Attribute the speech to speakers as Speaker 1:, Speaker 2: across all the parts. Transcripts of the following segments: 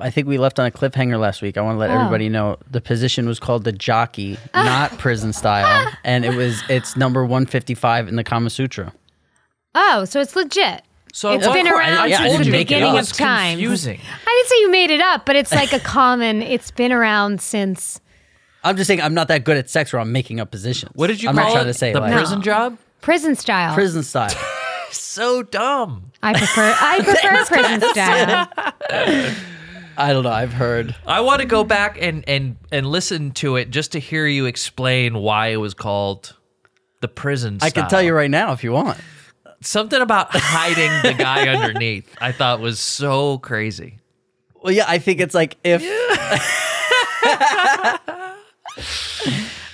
Speaker 1: I think we left on a cliffhanger last week. I want to let
Speaker 2: Oh.
Speaker 1: everybody know the position was called the jockey, not prison style, and it was it's number one fifty five in the Kama Sutra.
Speaker 2: Oh, so it's legit.
Speaker 3: So
Speaker 2: It's
Speaker 3: what-
Speaker 2: been
Speaker 3: I-
Speaker 2: around
Speaker 3: I
Speaker 1: since
Speaker 3: told
Speaker 1: the
Speaker 3: you,
Speaker 1: beginning
Speaker 3: it
Speaker 1: of
Speaker 3: was
Speaker 2: time.
Speaker 3: Confusing.
Speaker 2: I didn't say you made it up, but it's like a common. It's been around since.
Speaker 1: I'm just saying I'm not that good at sex where I'm making up positions.
Speaker 3: What did you
Speaker 1: I'm
Speaker 3: call
Speaker 1: not trying
Speaker 3: it?
Speaker 1: to say
Speaker 3: the
Speaker 1: like,
Speaker 3: prison job?
Speaker 2: Prison style.
Speaker 1: prison style.
Speaker 3: So dumb.
Speaker 2: I prefer. I prefer prison style.
Speaker 1: I don't know. I've heard.
Speaker 3: I want to go back and and and listen to it just to hear you explain why it was called the prison.
Speaker 1: I can tell you right now if you want.
Speaker 3: something about hiding the guy underneath. I thought was so crazy.
Speaker 1: Well, yeah, I think it's like if.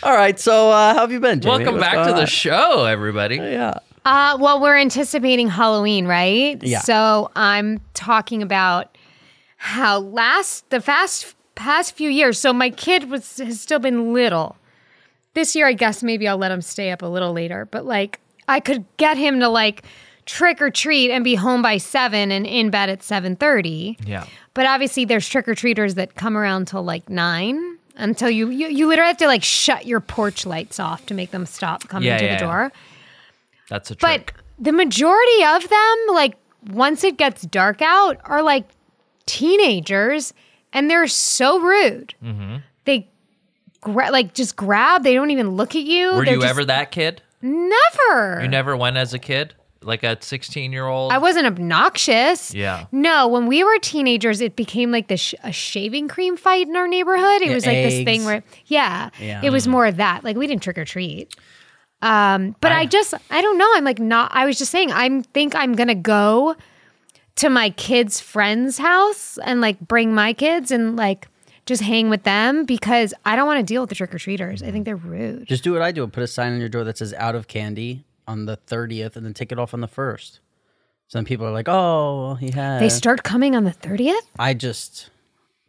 Speaker 1: All right, so uh, how have you been? Jamie?
Speaker 3: Welcome
Speaker 1: What's
Speaker 3: back
Speaker 1: going
Speaker 3: to the
Speaker 1: on?
Speaker 3: show, everybody.
Speaker 1: Yeah.
Speaker 2: Uh, well, we're anticipating Halloween, right?
Speaker 1: Yeah.
Speaker 2: So I'm talking about how last the fast past few years. So my kid was has still been little. This year, I guess maybe I'll let him stay up a little later. But like, I could get him to like trick or treat and be home by seven and in bed at seven thirty.
Speaker 3: Yeah.
Speaker 2: But obviously, there's trick or treaters that come around till like nine until you, you you literally have to like shut your porch lights off to make them stop coming
Speaker 3: Yeah,
Speaker 2: to
Speaker 3: yeah,
Speaker 2: the
Speaker 3: yeah.
Speaker 2: door.
Speaker 3: That's a
Speaker 2: But
Speaker 3: trick.
Speaker 2: the majority of them, like once it gets dark out, are like teenagers, and they're so rude.
Speaker 3: Mm-hmm.
Speaker 2: They gra- like just grab. They don't even look at you.
Speaker 3: Were
Speaker 2: They're
Speaker 3: you
Speaker 2: just-
Speaker 3: ever that kid?
Speaker 2: Never.
Speaker 3: You never went as a kid, like a sixteen-year-old.
Speaker 2: I wasn't obnoxious.
Speaker 3: Yeah.
Speaker 2: No, when we were teenagers, it became like this sh- a shaving cream fight in our neighborhood. It
Speaker 1: Yeah,
Speaker 2: was like this
Speaker 1: eggs.
Speaker 2: thing where, yeah,
Speaker 1: Yeah.
Speaker 2: it was more of that. Like we didn't trick or treat. Um, but I, just, I don't know. I'm like not. I was just saying, I think I'm gonna go to my kids' friend's house and like bring my kids and like just hang with them because I don't want to deal with the trick or treaters. I think they're rude.
Speaker 1: Just do what I do and put a sign on your door that says out of candy on the 30th and then take it off on the 1st. So then people are like, oh, he had.
Speaker 2: they start coming on the thirtieth.
Speaker 1: I just.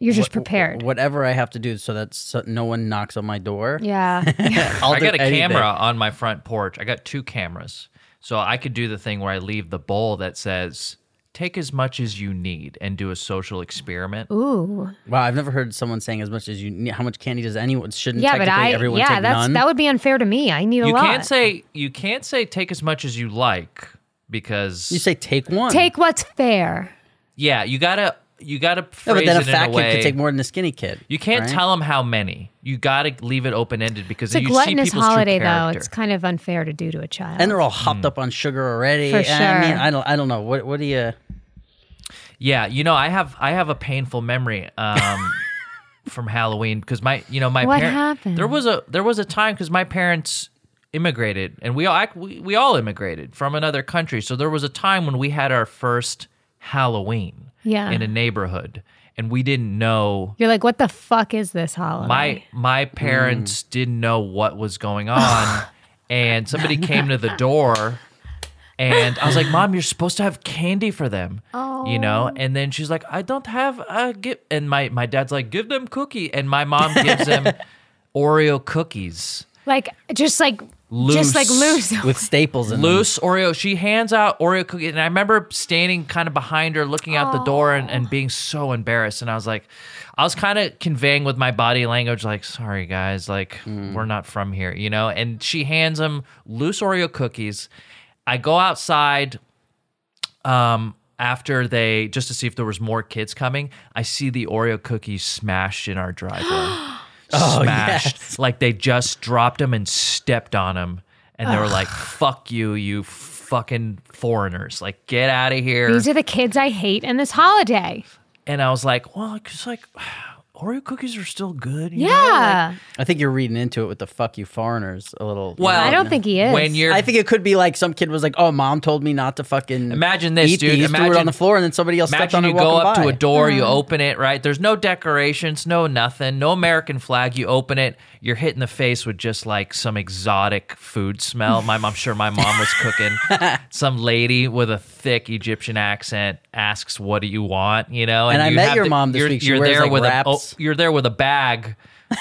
Speaker 2: You're just prepared.
Speaker 1: Whatever I have to do so that so no one knocks on my door.
Speaker 2: yeah.
Speaker 1: I'll
Speaker 3: I
Speaker 1: do
Speaker 3: got a
Speaker 1: anything.
Speaker 3: camera on my front porch. I got two cameras. So I could do the thing where I leave the bowl that says, take as much as you need and do a social experiment.
Speaker 2: Ooh.
Speaker 1: Wow, I've never heard someone saying as much as you need. How much candy does anyone? Shouldn't
Speaker 2: Yeah, but
Speaker 1: technically
Speaker 2: I
Speaker 1: everyone
Speaker 2: yeah,
Speaker 1: take
Speaker 2: that's
Speaker 1: none?
Speaker 2: that would be unfair to me. I need a
Speaker 3: You
Speaker 2: lot.
Speaker 3: can't say you can't say take as much as you like because
Speaker 1: you say take one.
Speaker 2: Take what's fair.
Speaker 3: yeah, you gotta you gotta
Speaker 1: No,
Speaker 3: phrase
Speaker 1: but then a
Speaker 3: it
Speaker 1: fat
Speaker 3: in a
Speaker 1: kid
Speaker 3: way.
Speaker 1: could take more than a skinny kid.
Speaker 3: you can't 'em
Speaker 1: right?
Speaker 3: tell them how many. You gotta leave it open ended because
Speaker 2: It's a
Speaker 3: you see
Speaker 2: gluttonous
Speaker 3: people's
Speaker 2: holiday,
Speaker 3: true
Speaker 2: though.
Speaker 3: character.
Speaker 2: It's kind of unfair to do to a child.
Speaker 1: And they're all
Speaker 3: Hmm.
Speaker 1: hopped up on sugar already.
Speaker 2: For
Speaker 1: I mean,
Speaker 2: sure.
Speaker 1: I don't, I don't know. What, what do you?
Speaker 3: Yeah, you know, I have I have a painful memory um, from Halloween because my you know my
Speaker 2: What
Speaker 3: par-
Speaker 2: happened?
Speaker 3: There was a there was a time because my parents immigrated and we all act- we, we all immigrated from another country, so there was a time when we had our first Halloween
Speaker 2: Yeah.
Speaker 3: in a neighborhood, and we didn't know.
Speaker 2: You're like, what the fuck is this holiday?
Speaker 3: My my parents didn't know what was going on, and somebody came to the door, and I was like, "Mom, you're supposed to have candy for them." You know, and then she's like, "I don't have a gift," and my my dad's like, "Give them cookie," and my mom gives them Oreo cookies.
Speaker 2: like just like just like loose.
Speaker 1: with staples in them.
Speaker 3: Loose Oreo. She hands out Oreo cookie, and I remember standing kind of behind her, looking out the door, and, and being so embarrassed. And I was like, I was kind of conveying with my body language, like, "Sorry guys, like we're not from here," you know. And she hands them loose Oreo cookies. I go outside. Um. After they, just to see if there was more kids coming, I see the Oreo cookies smashed in our driveway.
Speaker 2: Oh,
Speaker 3: smashed. Like they just dropped them and stepped on them. And they were like, fuck you, you fucking foreigners. Like, get out of here.
Speaker 2: These are the kids I hate in this holiday.
Speaker 3: And I was like, well, because like Oreo cookies are still good. you know? Like,
Speaker 2: Yeah.
Speaker 1: I think you're reading into it with the "fuck you foreigners" a little.
Speaker 3: well,
Speaker 2: I don't think he is.
Speaker 3: When you're,
Speaker 1: I think it could be like some kid was like, "Oh, mom told me not to fucking
Speaker 3: Imagine this,
Speaker 1: eat
Speaker 3: dude.
Speaker 1: These, threw it on
Speaker 3: Imagine-
Speaker 1: the floor, and then somebody else stepped
Speaker 3: Imagine
Speaker 1: on it
Speaker 3: you go
Speaker 1: walking
Speaker 3: up
Speaker 1: by.
Speaker 3: to a door, you open it, right? There's no decorations, no nothing, no American flag. You open it, you're hit in the face with just like some exotic food smell. My, I'm sure my mom was cooking. some lady with a thick Egyptian accent asks, "What do you want?" You know,
Speaker 1: And I
Speaker 3: you
Speaker 1: met
Speaker 3: have
Speaker 1: your
Speaker 3: to-
Speaker 1: mom this
Speaker 3: you're-
Speaker 1: week. She
Speaker 3: you're
Speaker 1: wears,
Speaker 3: there
Speaker 1: like,
Speaker 3: with a,
Speaker 1: wraps.
Speaker 3: oh, you're there with a bag.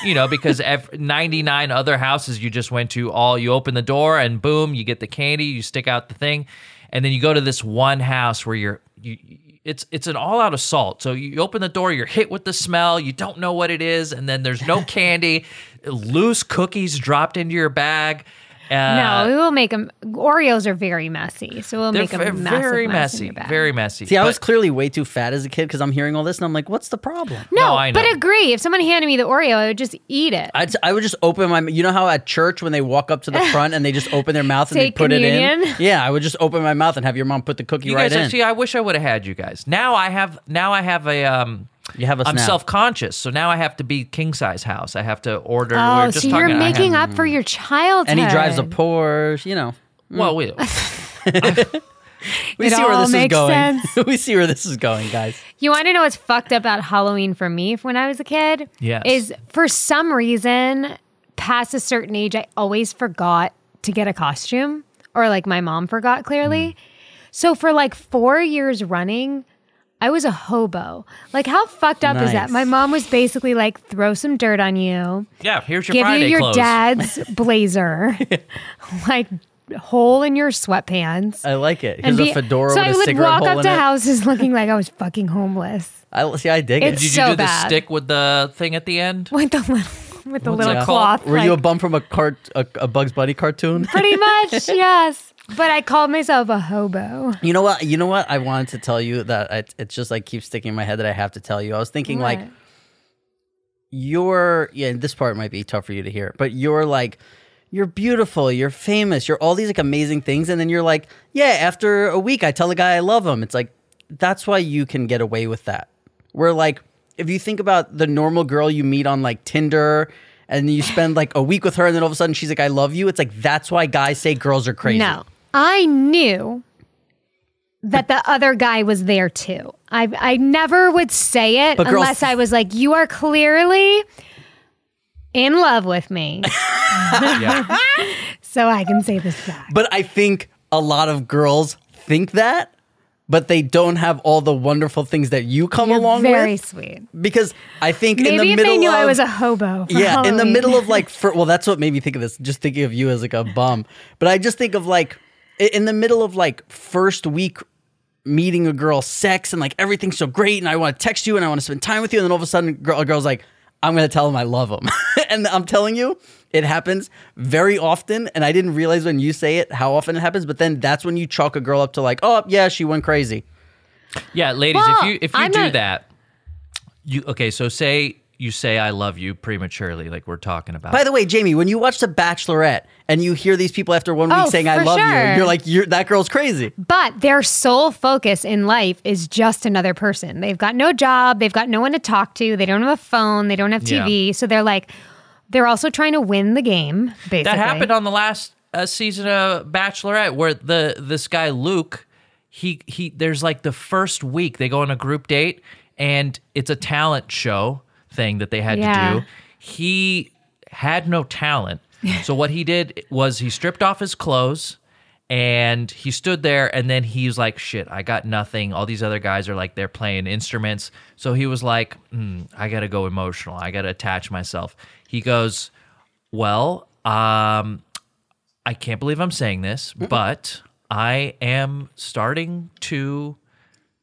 Speaker 3: You know, because ev 99 other houses you just went to, all you open the door and boom, you get the candy, you stick out the thing, and then you go to this one house where you're you it's it's an all out assault. So you open the door, you're hit with the smell, you don't know what it is, and then there's no candy, loose cookies dropped into your bag.
Speaker 2: no,
Speaker 3: Uh,
Speaker 2: we will make them. Oreos are very messy, so we'll
Speaker 3: they're
Speaker 2: make them
Speaker 3: ve-
Speaker 2: massive
Speaker 3: very
Speaker 2: mess in
Speaker 3: messy,
Speaker 2: your bag.
Speaker 3: very messy.
Speaker 1: See, I
Speaker 3: But-
Speaker 1: was clearly way too fat as a kid because I'm hearing all this and I'm like, what's the problem?
Speaker 2: No,
Speaker 3: No, I
Speaker 2: but
Speaker 3: know.
Speaker 2: agree. If someone handed me the Oreo, I would just eat it.
Speaker 1: I'd, I would just open my. You know how at church when they walk up to the front and they just open their mouth and
Speaker 2: Say
Speaker 1: they put it
Speaker 2: communion?
Speaker 1: in. Yeah, I would just open my mouth and have your mom put the cookie
Speaker 3: you
Speaker 1: right
Speaker 3: guys
Speaker 1: in.
Speaker 3: see, I wish I would have had you guys. Now I have now I have a um
Speaker 1: you have a
Speaker 3: I'm
Speaker 1: snap.
Speaker 3: self conscious, so now I have to be king size house. I have to order. we
Speaker 2: oh,
Speaker 3: were just
Speaker 2: so you're
Speaker 3: talking- I have-
Speaker 2: making up for your childhood.
Speaker 1: and he drives a Porsche. You know,
Speaker 3: Well, we,
Speaker 1: we
Speaker 2: It
Speaker 1: see where
Speaker 2: all
Speaker 1: this
Speaker 2: makes
Speaker 1: is going.
Speaker 2: sense.
Speaker 1: we see where this is going, guys.
Speaker 2: You want to know what's fucked up about Halloween for me when I was a kid?
Speaker 3: Yes.
Speaker 2: Is for some reason, past a certain age, I always forgot to get a costume, or like my mom forgot
Speaker 1: Mm.
Speaker 2: clearly. So for like four years running, I was a hobo. Like, how fucked up is that?
Speaker 1: Nice.
Speaker 2: My mom was basically like, throw some dirt on you,
Speaker 3: yeah. Here's your
Speaker 2: give
Speaker 3: Friday
Speaker 2: you your
Speaker 3: clothes.
Speaker 2: dad's blazer, like, hole in your sweatpants.
Speaker 1: I like it.
Speaker 2: and
Speaker 1: Here's
Speaker 2: be-
Speaker 1: a fedora
Speaker 2: so
Speaker 1: with
Speaker 2: I
Speaker 1: a
Speaker 2: would
Speaker 1: cigarette
Speaker 2: walk
Speaker 1: hole
Speaker 2: up
Speaker 1: in
Speaker 2: to
Speaker 1: it.
Speaker 2: houses looking like I was fucking homeless.
Speaker 1: I see. I dig
Speaker 2: It's
Speaker 1: it.
Speaker 3: Did you
Speaker 2: so
Speaker 3: do the
Speaker 2: bad.
Speaker 3: stick with the thing at the end?
Speaker 2: with the little with the
Speaker 3: What's
Speaker 2: little
Speaker 3: it called?
Speaker 2: cloth.
Speaker 1: Were you a
Speaker 2: like-
Speaker 1: bum from a cart, a, a Bugs Bunny cartoon?
Speaker 2: pretty much? yes, but I called myself a hobo.
Speaker 1: You know what? You know what? I wanted to tell you that it, it's just like keeps sticking in my head that I have to tell you. I was thinking like
Speaker 2: What?
Speaker 1: you're yeah. And this part might be tough for you to hear, but you're like you're beautiful, you're famous, you're all these like amazing things, and then you're like yeah. After a week, I tell a guy I love him. It's like that's why you can get away with that. Where like if you think about the normal girl you meet on like Tinder. And you spend like a week with her, and then all of a sudden she's like, "I love you." It's like that's why guys say girls are crazy.
Speaker 2: No, I knew that the other guy was there too. I I never would say it
Speaker 1: But girls-
Speaker 2: unless I was like, you are clearly in love with me,
Speaker 3: Yeah.
Speaker 2: so I can say this back.
Speaker 1: But I think a lot of girls think that, but they don't have all the wonderful things that you come
Speaker 2: You're
Speaker 1: along
Speaker 2: very
Speaker 1: with.
Speaker 2: sweet.
Speaker 1: Because I think in
Speaker 2: Maybe
Speaker 1: the
Speaker 2: if
Speaker 1: middle
Speaker 2: they knew
Speaker 1: of,
Speaker 2: I was a hobo. For
Speaker 1: yeah, in the
Speaker 2: Halloween.
Speaker 1: middle of like, for, well, that's what made me think of this. Just thinking of you as like a bum, but I just think of like i- in the middle of like first week meeting a girl, sex, and like everything's so great, and I want to text you and I want to spend time with you, and then all of a sudden, girl, a girl's like, I'm gonna tell him I love him, and I'm telling you, it happens very often, and I didn't realize when you say it how often it happens, but then that's when you chalk a girl up to like, oh yeah, she went crazy.
Speaker 3: Yeah, ladies,
Speaker 2: Well,
Speaker 3: if you if you
Speaker 2: I'm
Speaker 3: do
Speaker 2: not-
Speaker 3: that, you okay, so say you say I love you prematurely, like we're talking about.
Speaker 1: By the way, Jamie, when you watch The Bachelorette and you hear these people after one week
Speaker 2: Oh,
Speaker 1: saying "I
Speaker 2: for
Speaker 1: love
Speaker 2: sure.
Speaker 1: you," you're like, "You're that girl's crazy."
Speaker 2: But their sole focus in life is just another person. They've got no job, they've got no one to talk to, they don't have a phone, they don't have TV. So they're like, they're also trying to win the game, basically.
Speaker 3: that happened on the last uh, season of Bachelorette, where the this guy Luke, he he, there's like the first week they go on a group date, and it's a talent show thing that they had
Speaker 2: Yeah.
Speaker 3: to do. He had no talent, so what he did was he stripped off his clothes. And he stood there, and then he was like, "Shit, I got nothing." All these other guys are like, they're playing instruments, so he was like, "Hmm, "I gotta go emotional. I gotta attach myself." He goes, well, um, I can't believe I'm saying this, but I am starting to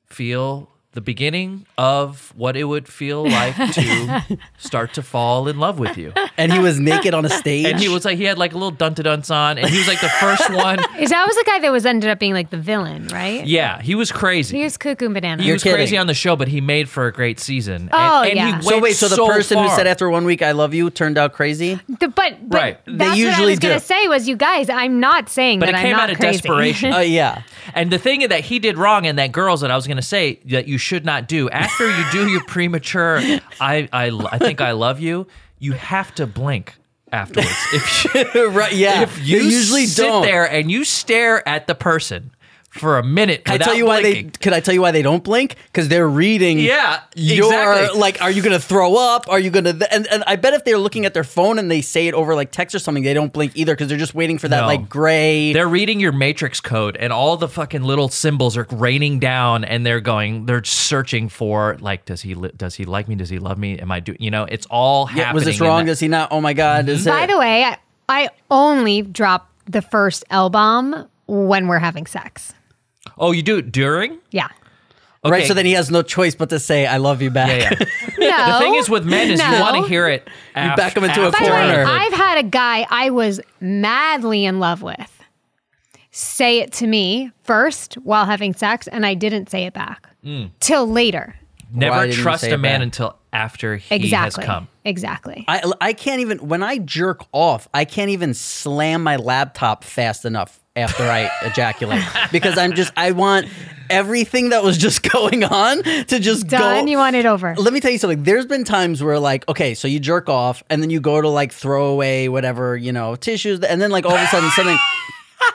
Speaker 3: feel the beginning of what it would feel like to start to fall in love with you.
Speaker 1: And he was naked on a stage.
Speaker 3: And he was like, he had like a little dun dunce on, and he was like the first one.
Speaker 2: Is that was the guy that was ended up being like the villain, right?
Speaker 3: Yeah, he was crazy.
Speaker 2: He was cuckoo and banana.
Speaker 3: He was
Speaker 1: kidding.
Speaker 3: crazy on the show, but he made for a great season. And-
Speaker 2: Oh,
Speaker 3: and,
Speaker 2: yeah.
Speaker 3: He
Speaker 1: so
Speaker 3: went
Speaker 1: wait, so the person who
Speaker 3: far.
Speaker 1: said after one week "I love you" turned out crazy.
Speaker 2: The- but, but
Speaker 3: Right. They
Speaker 2: that's what I
Speaker 1: usually
Speaker 2: was going
Speaker 1: do.
Speaker 2: to say was, you guys, I'm not saying
Speaker 3: but
Speaker 2: that
Speaker 3: it came
Speaker 2: I'm not
Speaker 3: out of
Speaker 2: crazy.
Speaker 3: desperation.
Speaker 1: Oh yeah,
Speaker 3: And the thing that he did wrong and that girls that I was going to say that you should not do after you do your premature I, I I think I love you, you have to blink afterwards. If you,
Speaker 1: right. Yeah,
Speaker 3: if you
Speaker 1: They usually
Speaker 3: sit
Speaker 1: don't.
Speaker 3: there and you stare at the person for a minute
Speaker 1: Can I
Speaker 3: without
Speaker 1: tell you why
Speaker 3: blinking.
Speaker 1: they? Could I tell you why they don't blink? Because they're reading.
Speaker 3: Yeah,
Speaker 1: your
Speaker 3: exactly.
Speaker 1: like, are you gonna throw up? Are you gonna? th- And, and I bet if they're looking at their phone and they say it over like text or something, they don't blink either because they're just waiting for that
Speaker 3: No.
Speaker 1: like gray.
Speaker 3: They're reading your matrix code, and all the fucking little symbols are raining down, and they're going, they're searching for like, does he li- does he like me? Does he love me? Am I do? You know, it's all
Speaker 1: Yeah,
Speaker 3: happening.
Speaker 1: was this
Speaker 3: in
Speaker 1: wrong?
Speaker 3: that- Mm-hmm.
Speaker 1: Is he not? Oh my god! Is
Speaker 2: By
Speaker 1: it?
Speaker 2: the way, I, I only drop the first L bomb when we're having sex.
Speaker 3: oh, you do it during?
Speaker 2: Yeah.
Speaker 1: Right.
Speaker 3: Okay.
Speaker 1: So then he has no choice but to say, I love you back.
Speaker 3: Yeah, yeah.
Speaker 2: No.
Speaker 3: The thing is with men is you
Speaker 2: No.
Speaker 3: want to hear it. af-
Speaker 1: back 'em into a
Speaker 3: after
Speaker 2: By the way,
Speaker 1: corner.
Speaker 3: the-
Speaker 2: I've had a guy I was madly in love with say it to me first while having sex, and I didn't say it back
Speaker 1: Mm.
Speaker 2: till later.
Speaker 1: Why
Speaker 3: Never
Speaker 1: didn't you
Speaker 3: trust
Speaker 1: say
Speaker 3: a
Speaker 1: it
Speaker 3: man
Speaker 1: back?
Speaker 3: until after he
Speaker 2: Exactly.
Speaker 3: has come.
Speaker 2: Exactly.
Speaker 1: I, I can't even, when I jerk off, I can't even slam my laptop fast enough after I ejaculate because I'm just, I want everything that was just going on to just
Speaker 2: Done.
Speaker 1: go.
Speaker 2: you want it over.
Speaker 1: Let me tell you something. There's been times where like, okay, so you jerk off and then you go to like throw away whatever, you know, tissues and then like all of a sudden something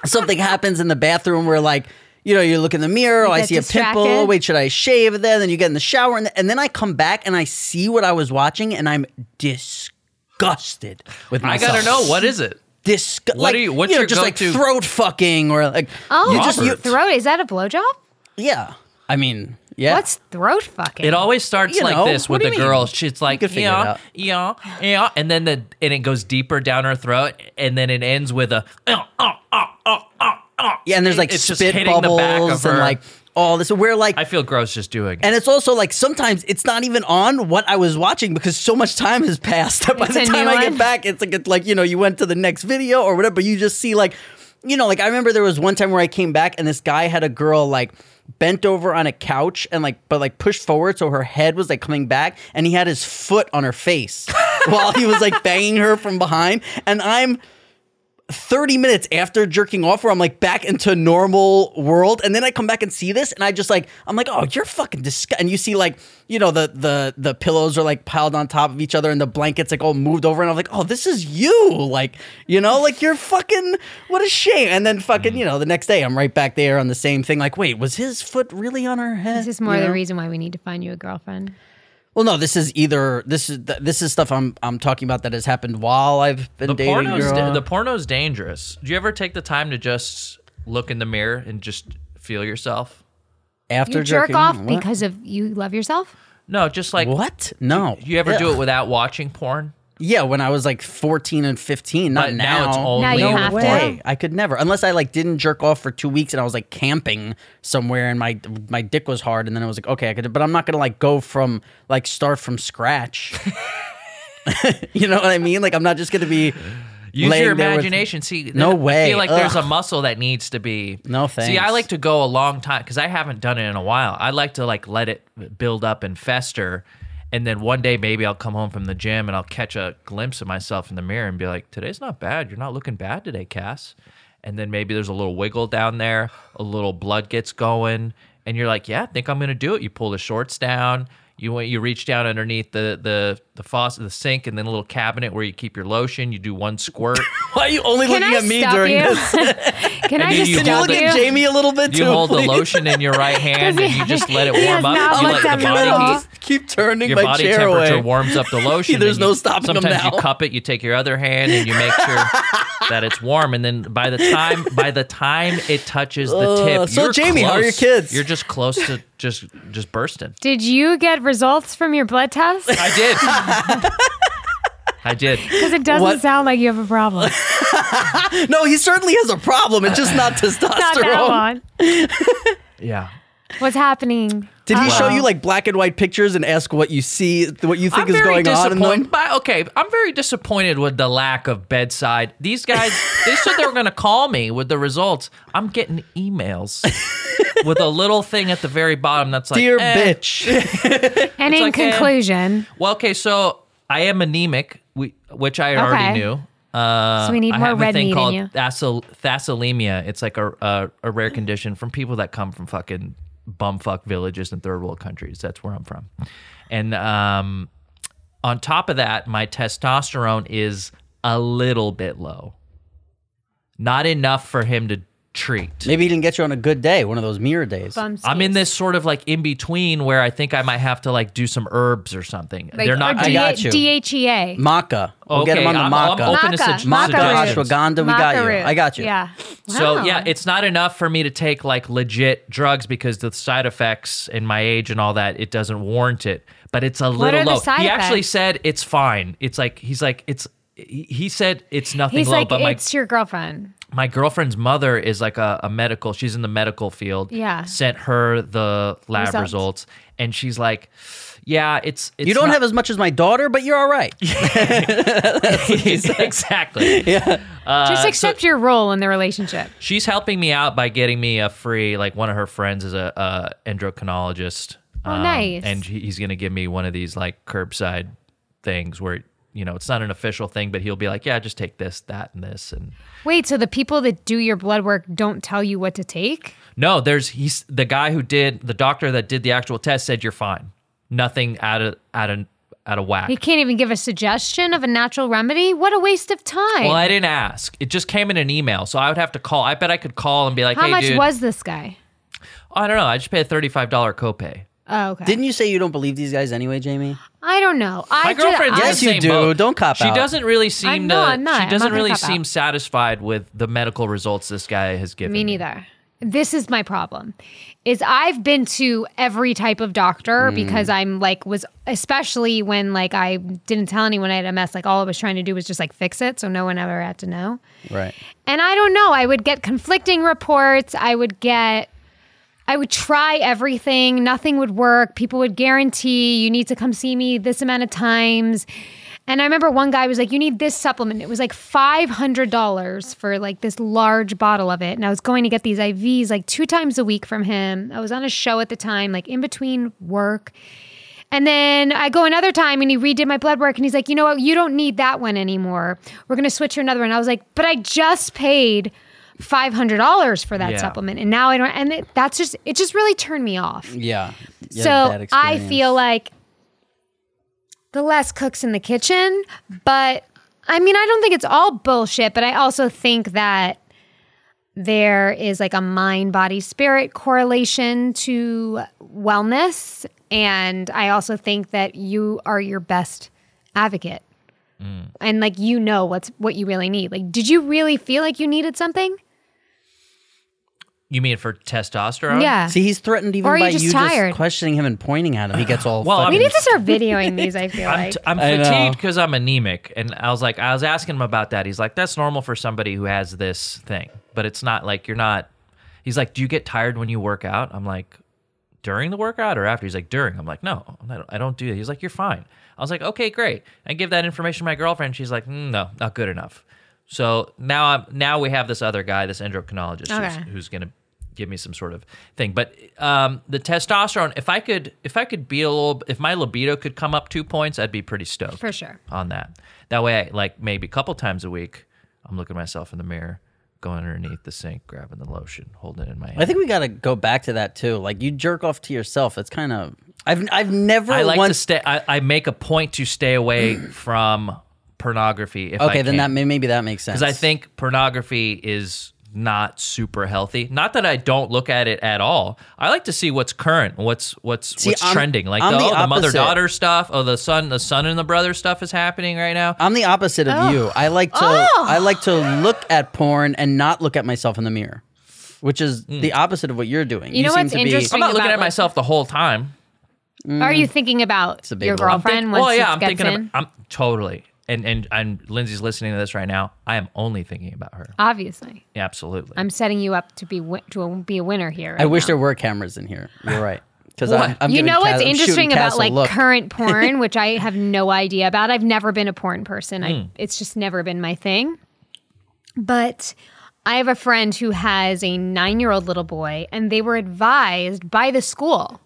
Speaker 1: something happens in the bathroom where like, you know, you look in the mirror, oh, I
Speaker 2: get
Speaker 1: see a
Speaker 2: distracted.
Speaker 1: pimple. Wait, should I shave there? Then you get in the shower and, and then I come back and I see what I was watching and I'm disgusted with
Speaker 3: I
Speaker 1: myself.
Speaker 3: gotta know what is it.
Speaker 1: Disgust.
Speaker 3: What
Speaker 1: like,
Speaker 3: do you- what's
Speaker 1: know,
Speaker 3: your
Speaker 1: just like
Speaker 3: go-to-
Speaker 1: throat fucking or like
Speaker 2: Oh,
Speaker 1: you just you,
Speaker 2: throat. Is that a blowjob?
Speaker 1: yeah. I mean, yeah.
Speaker 2: What's throat fucking?
Speaker 3: It always starts
Speaker 1: You
Speaker 3: like
Speaker 1: know,
Speaker 3: this
Speaker 1: what
Speaker 3: with
Speaker 1: do
Speaker 3: the
Speaker 1: you mean?
Speaker 3: girl. She's like,
Speaker 1: could figure it
Speaker 3: yeah,
Speaker 1: out."
Speaker 3: yeah, yeah, and then the and it goes deeper down her throat, and then it ends with a. "Uh, uh, uh, uh, uh, uh."
Speaker 1: yeah, and there's like
Speaker 3: It's just
Speaker 1: spit
Speaker 3: hitting the
Speaker 1: bubbles
Speaker 3: back of
Speaker 1: and
Speaker 3: her.
Speaker 1: like all this. We're like
Speaker 3: I feel gross just doing. it.
Speaker 1: And it's also like sometimes it's not even on what I was watching because so much time has passed that by
Speaker 2: It's
Speaker 1: the
Speaker 2: a
Speaker 1: time
Speaker 2: new
Speaker 1: I get
Speaker 2: one.
Speaker 1: back, it's like it's like you know you went to the next video or whatever. But you just see like, you know, like I remember there was one time where I came back and this guy had a girl like bent over on a couch and like but like pushed forward so her head was like coming back and he had his foot on her face while he was like banging her from behind and I'm. 30 minutes after jerking off where I'm like back into normal world and then I come back and see this and I just like I'm like oh you're fucking disgust and you see like you know the the the pillows are like piled on top of each other and the blankets like all moved over and I'm like oh this is you like you know like you're fucking what a shame and then fucking you know the next day I'm right back there on the same thing like wait was his foot really on her head
Speaker 2: This is more
Speaker 1: You
Speaker 2: the
Speaker 1: know?
Speaker 2: reason why we need to find you a girlfriend.
Speaker 1: well no this is either this is th- this is stuff I'm I'm talking about that has happened while I've been
Speaker 3: the
Speaker 1: dating a
Speaker 3: porno's
Speaker 1: girl.
Speaker 3: da- the porno's dangerous. Do you ever take the time to just look in the mirror and just feel yourself?
Speaker 1: after
Speaker 2: You jerk
Speaker 1: jerking
Speaker 2: off
Speaker 1: what?
Speaker 2: because of you love yourself.
Speaker 3: No, just like
Speaker 1: What? No.
Speaker 3: You ever
Speaker 1: Ugh.
Speaker 3: do it without watching porn?
Speaker 1: Yeah, when I was like 14 and 15. Not
Speaker 3: But
Speaker 1: now.
Speaker 3: now it's only
Speaker 2: Now you
Speaker 1: no
Speaker 2: have to.
Speaker 1: way. I could never, unless I like didn't jerk off for two weeks and I was like camping somewhere and my my dick was hard and then I was like, okay, I could. But I'm not gonna like go from like start from scratch. you know what I mean? Like I'm not just gonna be.
Speaker 3: Use
Speaker 1: laying
Speaker 3: your
Speaker 1: there with-
Speaker 3: imagination. See,
Speaker 1: No
Speaker 3: I
Speaker 1: way.
Speaker 3: feel like there's a
Speaker 1: Ugh.
Speaker 3: muscle that needs to be.
Speaker 1: No
Speaker 3: See, I
Speaker 1: thanks.
Speaker 3: like to go a long time because I haven't done it in a while. I like to like let it build up and fester, and then one day maybe I'll come home from the gym and I'll catch a glimpse of myself in the mirror and be like, "Today's not bad. You're not looking bad today, Cass." And then maybe there's a little wiggle down there, a little blood gets going, and you're like, "Yeah, I think I'm gonna do it." You pull the shorts down. You went, you reach down underneath the the the faucet, the sink, and then a little cabinet where you keep your lotion. You do one squirt.
Speaker 1: Why are you only
Speaker 2: Can
Speaker 1: looking
Speaker 2: I
Speaker 1: at me
Speaker 2: stop
Speaker 1: during
Speaker 2: you?
Speaker 1: this?
Speaker 2: Can I
Speaker 3: then
Speaker 2: just
Speaker 3: you
Speaker 1: Can you
Speaker 2: stop
Speaker 1: look
Speaker 3: hold
Speaker 2: you?
Speaker 1: at Jamie a little bit
Speaker 3: You
Speaker 1: too?
Speaker 3: hold the
Speaker 1: please?
Speaker 3: lotion in your right hand
Speaker 2: Does
Speaker 3: and
Speaker 2: he-
Speaker 3: you just let it
Speaker 2: he
Speaker 3: warm
Speaker 2: has
Speaker 3: up.
Speaker 2: not
Speaker 3: You
Speaker 2: looked
Speaker 3: let
Speaker 2: at
Speaker 3: the
Speaker 2: me at
Speaker 3: body
Speaker 2: all.
Speaker 3: heat.
Speaker 1: Just keep turning
Speaker 3: Your
Speaker 1: my
Speaker 3: body
Speaker 1: chair
Speaker 3: temperature
Speaker 1: away.
Speaker 3: warms up the lotion.
Speaker 1: There's
Speaker 3: and
Speaker 1: no
Speaker 3: you-
Speaker 1: stopping 'em
Speaker 3: Sometimes
Speaker 1: now.
Speaker 3: you cup it, you take your other hand, and you make sure that it's warm. And then by the time by the time it touches the tip,
Speaker 1: Uh, so
Speaker 3: you're
Speaker 1: Jamie, how are your
Speaker 3: close.
Speaker 1: kids?
Speaker 3: You're just close to just just bursting.
Speaker 2: Did you get results from your blood test?
Speaker 3: I did. I did.
Speaker 2: Because it doesn't
Speaker 1: What-
Speaker 2: sound like you have a problem.
Speaker 1: No, he certainly has a problem. It's just not testosterone.
Speaker 2: Not that one.
Speaker 3: Yeah.
Speaker 2: What's happening? Uh-huh.
Speaker 1: Did he show
Speaker 2: Uh-oh.
Speaker 1: you like black and white pictures and ask what you see, what you think
Speaker 3: I'm
Speaker 1: is
Speaker 3: very
Speaker 1: going on in
Speaker 3: disappointed
Speaker 1: them?
Speaker 3: by- okay, I'm very disappointed with the lack of bedside. These guys, they said they were going to call me with the results. I'm getting emails with a little thing at the very bottom that's like,
Speaker 1: Dear
Speaker 3: eh.
Speaker 1: bitch.
Speaker 2: And in
Speaker 3: like, eh.
Speaker 2: conclusion,
Speaker 3: Well, okay, so I am anemic, we- which I
Speaker 2: Okay.
Speaker 3: already knew. Uh,
Speaker 2: So we need
Speaker 3: I
Speaker 2: more
Speaker 3: have
Speaker 2: red
Speaker 3: a thing
Speaker 2: meat in
Speaker 3: called
Speaker 2: you.
Speaker 3: thassa- Thalassemia. It's like a, a a rare condition from people that come from fucking bumfuck villages in third world countries. That's where I'm from, and um, on top of that, my testosterone is a little bit low, not enough for him to treat.
Speaker 1: Maybe he didn't get you on a good day, one of those mirror days.
Speaker 2: bum
Speaker 3: I'm in
Speaker 2: skis.
Speaker 3: this sort of like in between where I think I might have to like do some herbs or something.
Speaker 2: Like,
Speaker 3: They're not
Speaker 2: or
Speaker 1: I
Speaker 2: D- E
Speaker 1: got you.
Speaker 2: DHEA.
Speaker 1: Maca. We'll get him on the
Speaker 3: I'm- I'm
Speaker 1: maca.
Speaker 3: open to
Speaker 2: Maca.
Speaker 3: sug-
Speaker 1: Maca,
Speaker 3: suggestions.
Speaker 1: ashwagandha, we got you.
Speaker 2: Macaroon.
Speaker 1: I got you.
Speaker 2: Yeah.
Speaker 3: So
Speaker 2: Wow.
Speaker 3: yeah, it's not enough for me to take like legit drugs because the side effects and my age and all that, it doesn't warrant it. But it's a little
Speaker 2: are the
Speaker 3: low.
Speaker 2: side
Speaker 3: he actually
Speaker 2: effects?
Speaker 3: said it's fine. It's like he's like it's he he said it's nothing
Speaker 2: He's
Speaker 3: low,
Speaker 2: like,
Speaker 3: but my
Speaker 2: it's your girlfriend.
Speaker 3: my girlfriend's mother is like a, a medical she's in the medical field
Speaker 2: Yeah.
Speaker 3: sent her the lab
Speaker 2: Results.
Speaker 3: results, and she's like yeah it's, it's
Speaker 1: you don't
Speaker 3: not-
Speaker 1: have as much as my daughter, but you're all right.
Speaker 3: exactly
Speaker 1: yeah.
Speaker 3: Uh,
Speaker 2: Just accept your role in the relationship.
Speaker 3: she's helping me out by getting me a free like one of her friends is a, uh endocrinologist
Speaker 2: Oh, nice.
Speaker 3: Um, and he- he's gonna give me one of these like curbside things where you know it's not an official thing but he'll be like yeah just take this that and this and
Speaker 2: Wait, so the people that do your blood work don't tell you what to take?
Speaker 3: No, there's he's the guy who did the doctor that did the actual test said you're fine. Nothing out of out of out of whack.
Speaker 2: He can't even give a suggestion of a natural remedy? What a waste of time.
Speaker 3: Well, I didn't ask. It just came in an email, so I would have to call. I bet I could call and be like,
Speaker 2: How
Speaker 3: "Hey,
Speaker 2: much
Speaker 3: dude,
Speaker 2: was this guy?
Speaker 3: I don't know. I just paid a thirty-five dollar copay."
Speaker 2: Oh, okay.
Speaker 1: Didn't you say you don't believe these guys anyway, Jamie?
Speaker 2: I don't know. I
Speaker 3: My
Speaker 2: ju-
Speaker 3: girlfriend's in
Speaker 2: I-
Speaker 1: Yes,
Speaker 3: the
Speaker 1: you
Speaker 3: same
Speaker 1: do.
Speaker 3: boat.
Speaker 1: Don't cop
Speaker 3: she
Speaker 1: out.
Speaker 3: doesn't really seem
Speaker 2: I'm
Speaker 3: to.
Speaker 2: not, I'm not.
Speaker 3: She
Speaker 2: I'm
Speaker 3: doesn't
Speaker 2: not gonna
Speaker 3: really
Speaker 2: cop out.
Speaker 3: seem satisfied with the medical results this guy has given.
Speaker 2: Me neither. This is my problem. Is I've been to every type of doctor because I'm like was especially when like I didn't tell anyone I had MS like all I was trying to do was just like fix it so no one ever had to know.
Speaker 1: Right.
Speaker 2: And I don't know, I would get conflicting reports, I would get I would try everything, nothing would work. People would guarantee you need to come see me this amount of times. And I remember one guy was like, You need this supplement. It was like $500 for like this large bottle of it. And I was going to get these IVs like two times a week from him. I was on a show at the time, like in between work. And then I go another time and he redid my blood work and he's like, you know what? You don't need that one anymore. We're going to switch to another one. I was like, but I just paid $500 for that
Speaker 3: Yeah.
Speaker 2: supplement. And now I don't. And it, that's just, it just really turned me off.
Speaker 1: Yeah. Yeah,
Speaker 2: so
Speaker 1: bad
Speaker 2: I
Speaker 1: experience.
Speaker 2: feel like the less cooks in the kitchen. But I mean, I don't think it's all bullshit, but I also think that there is like a mind body spirit correlation to wellness and i also think that you are your best advocate
Speaker 1: Mm.
Speaker 2: and like you know what's what you really need like did you really feel like you needed something
Speaker 3: You mean for testosterone?
Speaker 2: yeah
Speaker 1: See, he's threatened even
Speaker 2: Or are you
Speaker 1: by
Speaker 2: just
Speaker 1: you
Speaker 2: tired?
Speaker 1: just questioning him and pointing at him. He gets all
Speaker 3: Well, I
Speaker 2: we
Speaker 1: fucking-
Speaker 2: need to start videoing these i feel
Speaker 3: I'm,
Speaker 2: like
Speaker 3: t- I'm
Speaker 1: I know.
Speaker 3: fatigued because I'm anemic, and I was like, I was asking him about that. He's like, that's normal for somebody who has this thing, but it's not like you're not. He's like, do you get tired when you work out? I'm like, during the workout or after? He's like, during. I'm like, no, I don't, I don't do that. He's like, you're fine. I was like, okay, great. I give that information to my girlfriend. She's like, mm, no, not good enough. So now I'm now we have this other guy, this endocrinologist,
Speaker 2: Okay.
Speaker 3: who's, who's gonna give me some sort of thing. But um, the testosterone, if I could, if I could be a little, if my libido could come up two points, I'd be pretty stoked
Speaker 2: for sure
Speaker 3: on that. That way, I, like maybe a couple times a week, I'm looking at myself in the mirror, going underneath the sink, grabbing the lotion, holding it in my hand.
Speaker 1: I think we got to go back to that too. Like you jerk off to yourself. It's kind of I've I've never
Speaker 3: I like to
Speaker 1: once
Speaker 3: stay. I, I make a point to stay away from pornography. If
Speaker 1: Okay,
Speaker 3: I
Speaker 1: then that
Speaker 3: can.
Speaker 1: may, maybe that makes sense.
Speaker 3: because I think pornography is not super healthy. Not that I don't look at it at all. I like to see what's current, what's what's
Speaker 1: See,
Speaker 3: what's
Speaker 1: I'm-
Speaker 3: trending. Like
Speaker 1: I'm
Speaker 3: the,
Speaker 1: the
Speaker 3: oh, the mother
Speaker 1: opposite.
Speaker 3: daughter stuff. Oh, the son the son and the brother stuff is happening right now.
Speaker 1: I'm the opposite
Speaker 2: Oh.
Speaker 1: of you. I like to I like to look at porn and not look at myself in the mirror, which is
Speaker 3: Hmm.
Speaker 1: the opposite of what you're doing.
Speaker 2: You know
Speaker 1: seem
Speaker 2: what's
Speaker 1: to be-
Speaker 2: interesting?
Speaker 3: I'm not looking
Speaker 2: about,
Speaker 3: at
Speaker 2: like-
Speaker 3: myself the whole time.
Speaker 2: are you thinking about
Speaker 1: Mm. a big
Speaker 2: your
Speaker 1: one. I'm
Speaker 2: girlfriend
Speaker 3: Think-
Speaker 2: once
Speaker 3: oh
Speaker 2: she
Speaker 3: yeah, I'm
Speaker 2: gets
Speaker 3: thinking.
Speaker 2: in
Speaker 3: About, I'm totally. And and and Lindsay's listening to this right now. I am only thinking about her.
Speaker 2: obviously
Speaker 3: Absolutely.
Speaker 2: i'm setting you up to be wi- to be a winner here
Speaker 1: I
Speaker 2: right
Speaker 1: wish
Speaker 2: now.
Speaker 1: there were cameras in here. You're right. Because
Speaker 3: What?
Speaker 1: I'm, I'm
Speaker 2: you
Speaker 1: giving
Speaker 2: know
Speaker 1: Cas-
Speaker 2: what's
Speaker 1: I'm shooting
Speaker 2: interesting about
Speaker 1: Cas a
Speaker 2: like
Speaker 1: look.
Speaker 2: current porn, which I have no idea about. I've never been a porn person.
Speaker 1: Hmm.
Speaker 2: I, it's just never been my thing. But I have a friend who has a nine-year-old little boy, and they were advised by the school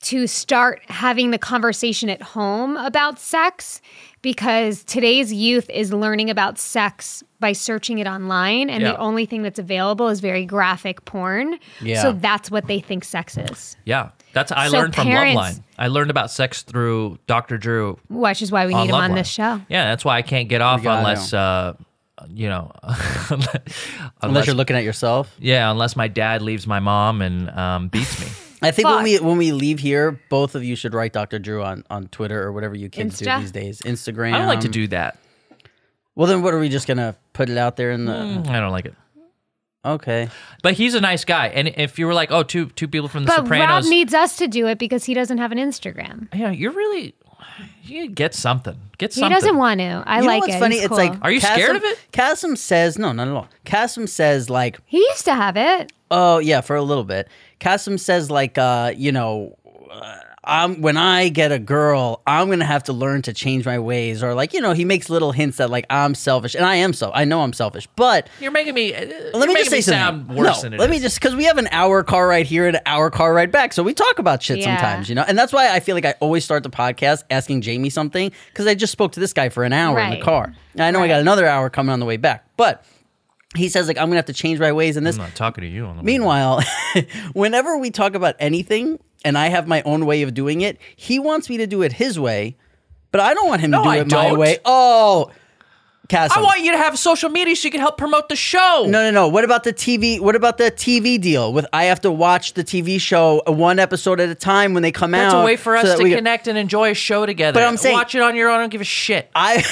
Speaker 2: to start having the conversation at home about sex because today's youth is learning about sex by searching it online and
Speaker 3: Yeah.
Speaker 2: the only thing that's available is very graphic porn
Speaker 1: Yeah.
Speaker 2: so that's what they think sex is
Speaker 3: yeah. That's I
Speaker 2: So
Speaker 3: learned from
Speaker 2: parents-
Speaker 3: Loveline. I learned about sex through Dr. Drew
Speaker 2: which is why we need him on
Speaker 3: Loveline.
Speaker 2: this show.
Speaker 3: Yeah, that's why I can't get off
Speaker 1: gotta
Speaker 3: unless uh, you know, unless,
Speaker 1: unless you're looking at yourself.
Speaker 3: yeah, unless my dad leaves my mom and um, beats me.
Speaker 1: I think
Speaker 2: Fuck.
Speaker 1: when we when we leave here, both of you should write Dr. Drew on, on Twitter or whatever you kids
Speaker 2: Insta?
Speaker 1: do these days. Instagram.
Speaker 3: I don't like to do that.
Speaker 1: Well, then what are we just gonna put it out there in the?
Speaker 2: Hmm.
Speaker 3: mm, I don't like it.
Speaker 1: Okay.
Speaker 3: But he's a nice guy, and if you were like, oh, two two people from The
Speaker 2: But Rob
Speaker 3: Sopranos,
Speaker 2: needs us to do it because he doesn't have an Instagram.
Speaker 3: yeah, you're really You get something. Get
Speaker 2: He
Speaker 3: something.
Speaker 2: doesn't want to. I
Speaker 1: You know
Speaker 2: like
Speaker 1: what's
Speaker 2: it.
Speaker 1: funny?
Speaker 2: He's
Speaker 1: It's
Speaker 2: cool.
Speaker 1: like,
Speaker 3: Are you scared of it?
Speaker 1: Chasm says, no, not at all. Chasm says, like,
Speaker 2: he used to have it.
Speaker 1: Oh yeah, for a little bit. Kasim says like, uh, you know, uh, I'm when I get a girl, I'm gonna have to learn to change my ways, or like, you know, he makes little hints that like I'm selfish, and I am so. I know I'm selfish, but
Speaker 3: You're making me. Let
Speaker 1: let me just
Speaker 3: making
Speaker 1: say
Speaker 3: me
Speaker 1: something.
Speaker 3: sound worse
Speaker 1: no,
Speaker 3: than it
Speaker 1: let me
Speaker 3: is.
Speaker 1: just because we have an hour car ride here and an hour car ride back, so we talk about shit
Speaker 2: Yeah.
Speaker 1: sometimes, you know, and that's why I feel like I always start the podcast asking Jamie something because I just spoke to this guy for an hour in
Speaker 2: Right.
Speaker 1: the car, and I know I got another hour coming on the way back, but. He says, like, I'm gonna have to change my ways and this.
Speaker 3: I'm not talking to you. On the
Speaker 1: Meanwhile, whenever we talk about anything and I have my own way of doing it, he wants me to do it his way, but I don't want him
Speaker 3: No,
Speaker 1: to do
Speaker 3: I
Speaker 1: it my
Speaker 3: don't.
Speaker 1: way. Oh, Castle.
Speaker 3: I want you to have social media so you can help promote the show.
Speaker 1: no, no, no. What about the TV? What about the TV deal with I have to watch the TV show uh, one episode at a time when they come out?
Speaker 3: That's a way for
Speaker 1: so
Speaker 3: us
Speaker 1: that
Speaker 3: to
Speaker 1: we-
Speaker 3: connect and enjoy a show together.
Speaker 1: But I'm saying-
Speaker 3: watch it on your own. I don't give a shit.
Speaker 1: I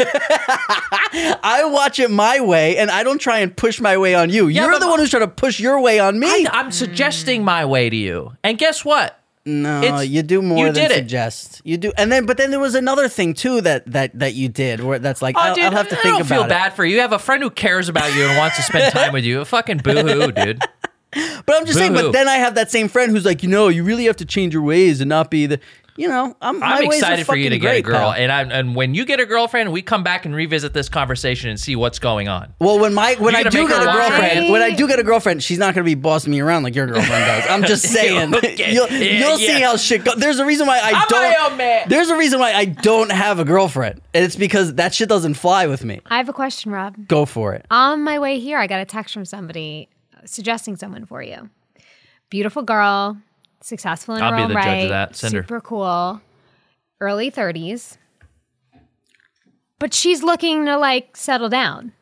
Speaker 1: I watch it my way and I don't try and push my way on you.
Speaker 3: Yeah,
Speaker 1: You're
Speaker 3: but
Speaker 1: the
Speaker 3: my-
Speaker 1: one who's trying to push your way on me.
Speaker 3: I, am suggesting my way to you, and guess what?
Speaker 1: No,
Speaker 3: It's-
Speaker 1: Uh, you do more
Speaker 3: you
Speaker 1: than
Speaker 3: did it.
Speaker 1: suggest. You do, and then but then there was another thing too that that that you did where that's like I'll,
Speaker 3: Oh, dude,
Speaker 1: I'll have to
Speaker 3: I
Speaker 1: think
Speaker 3: don't
Speaker 1: about
Speaker 3: feel
Speaker 1: it.
Speaker 3: bad for you. You have a friend who cares about you and wants to spend time with you. Fucking boo-hoo, dude.
Speaker 1: But I'm just saying. But
Speaker 3: Boo-hoo.
Speaker 1: then I have that same friend who's like, you know, you really have to change your ways and not be the, you know, I'm my
Speaker 3: I'm
Speaker 1: ways are
Speaker 3: excited for you to
Speaker 1: fucking
Speaker 3: get a
Speaker 1: great, pal.
Speaker 3: girl, and I'm, and when you get a girlfriend, we come back and revisit this conversation and see what's going on.
Speaker 1: Well, when my when
Speaker 3: You're
Speaker 1: I
Speaker 3: gonna
Speaker 1: do
Speaker 3: make
Speaker 1: get
Speaker 3: her
Speaker 1: a
Speaker 3: lie?
Speaker 1: girlfriend, when I do get a girlfriend, she's not going to be bossing me around like your girlfriend does. I'm just saying.
Speaker 3: Okay.
Speaker 1: You'll,
Speaker 3: Yeah,
Speaker 1: you'll
Speaker 3: yeah.
Speaker 1: see how shit goes. There's a reason why I
Speaker 3: I'm
Speaker 1: don't.
Speaker 3: my own man.
Speaker 1: There's a reason why I don't have a girlfriend, and it's because that shit doesn't fly with me.
Speaker 2: I have a question, Rob.
Speaker 1: Go for it.
Speaker 2: On my way here, I got a text from somebody suggesting someone for you. Beautiful girl, successful in
Speaker 3: I'll
Speaker 2: her
Speaker 3: be
Speaker 2: own
Speaker 3: the judge
Speaker 2: right,
Speaker 3: of that. Send her.
Speaker 2: super cool, early thirties, but she's looking to like settle down.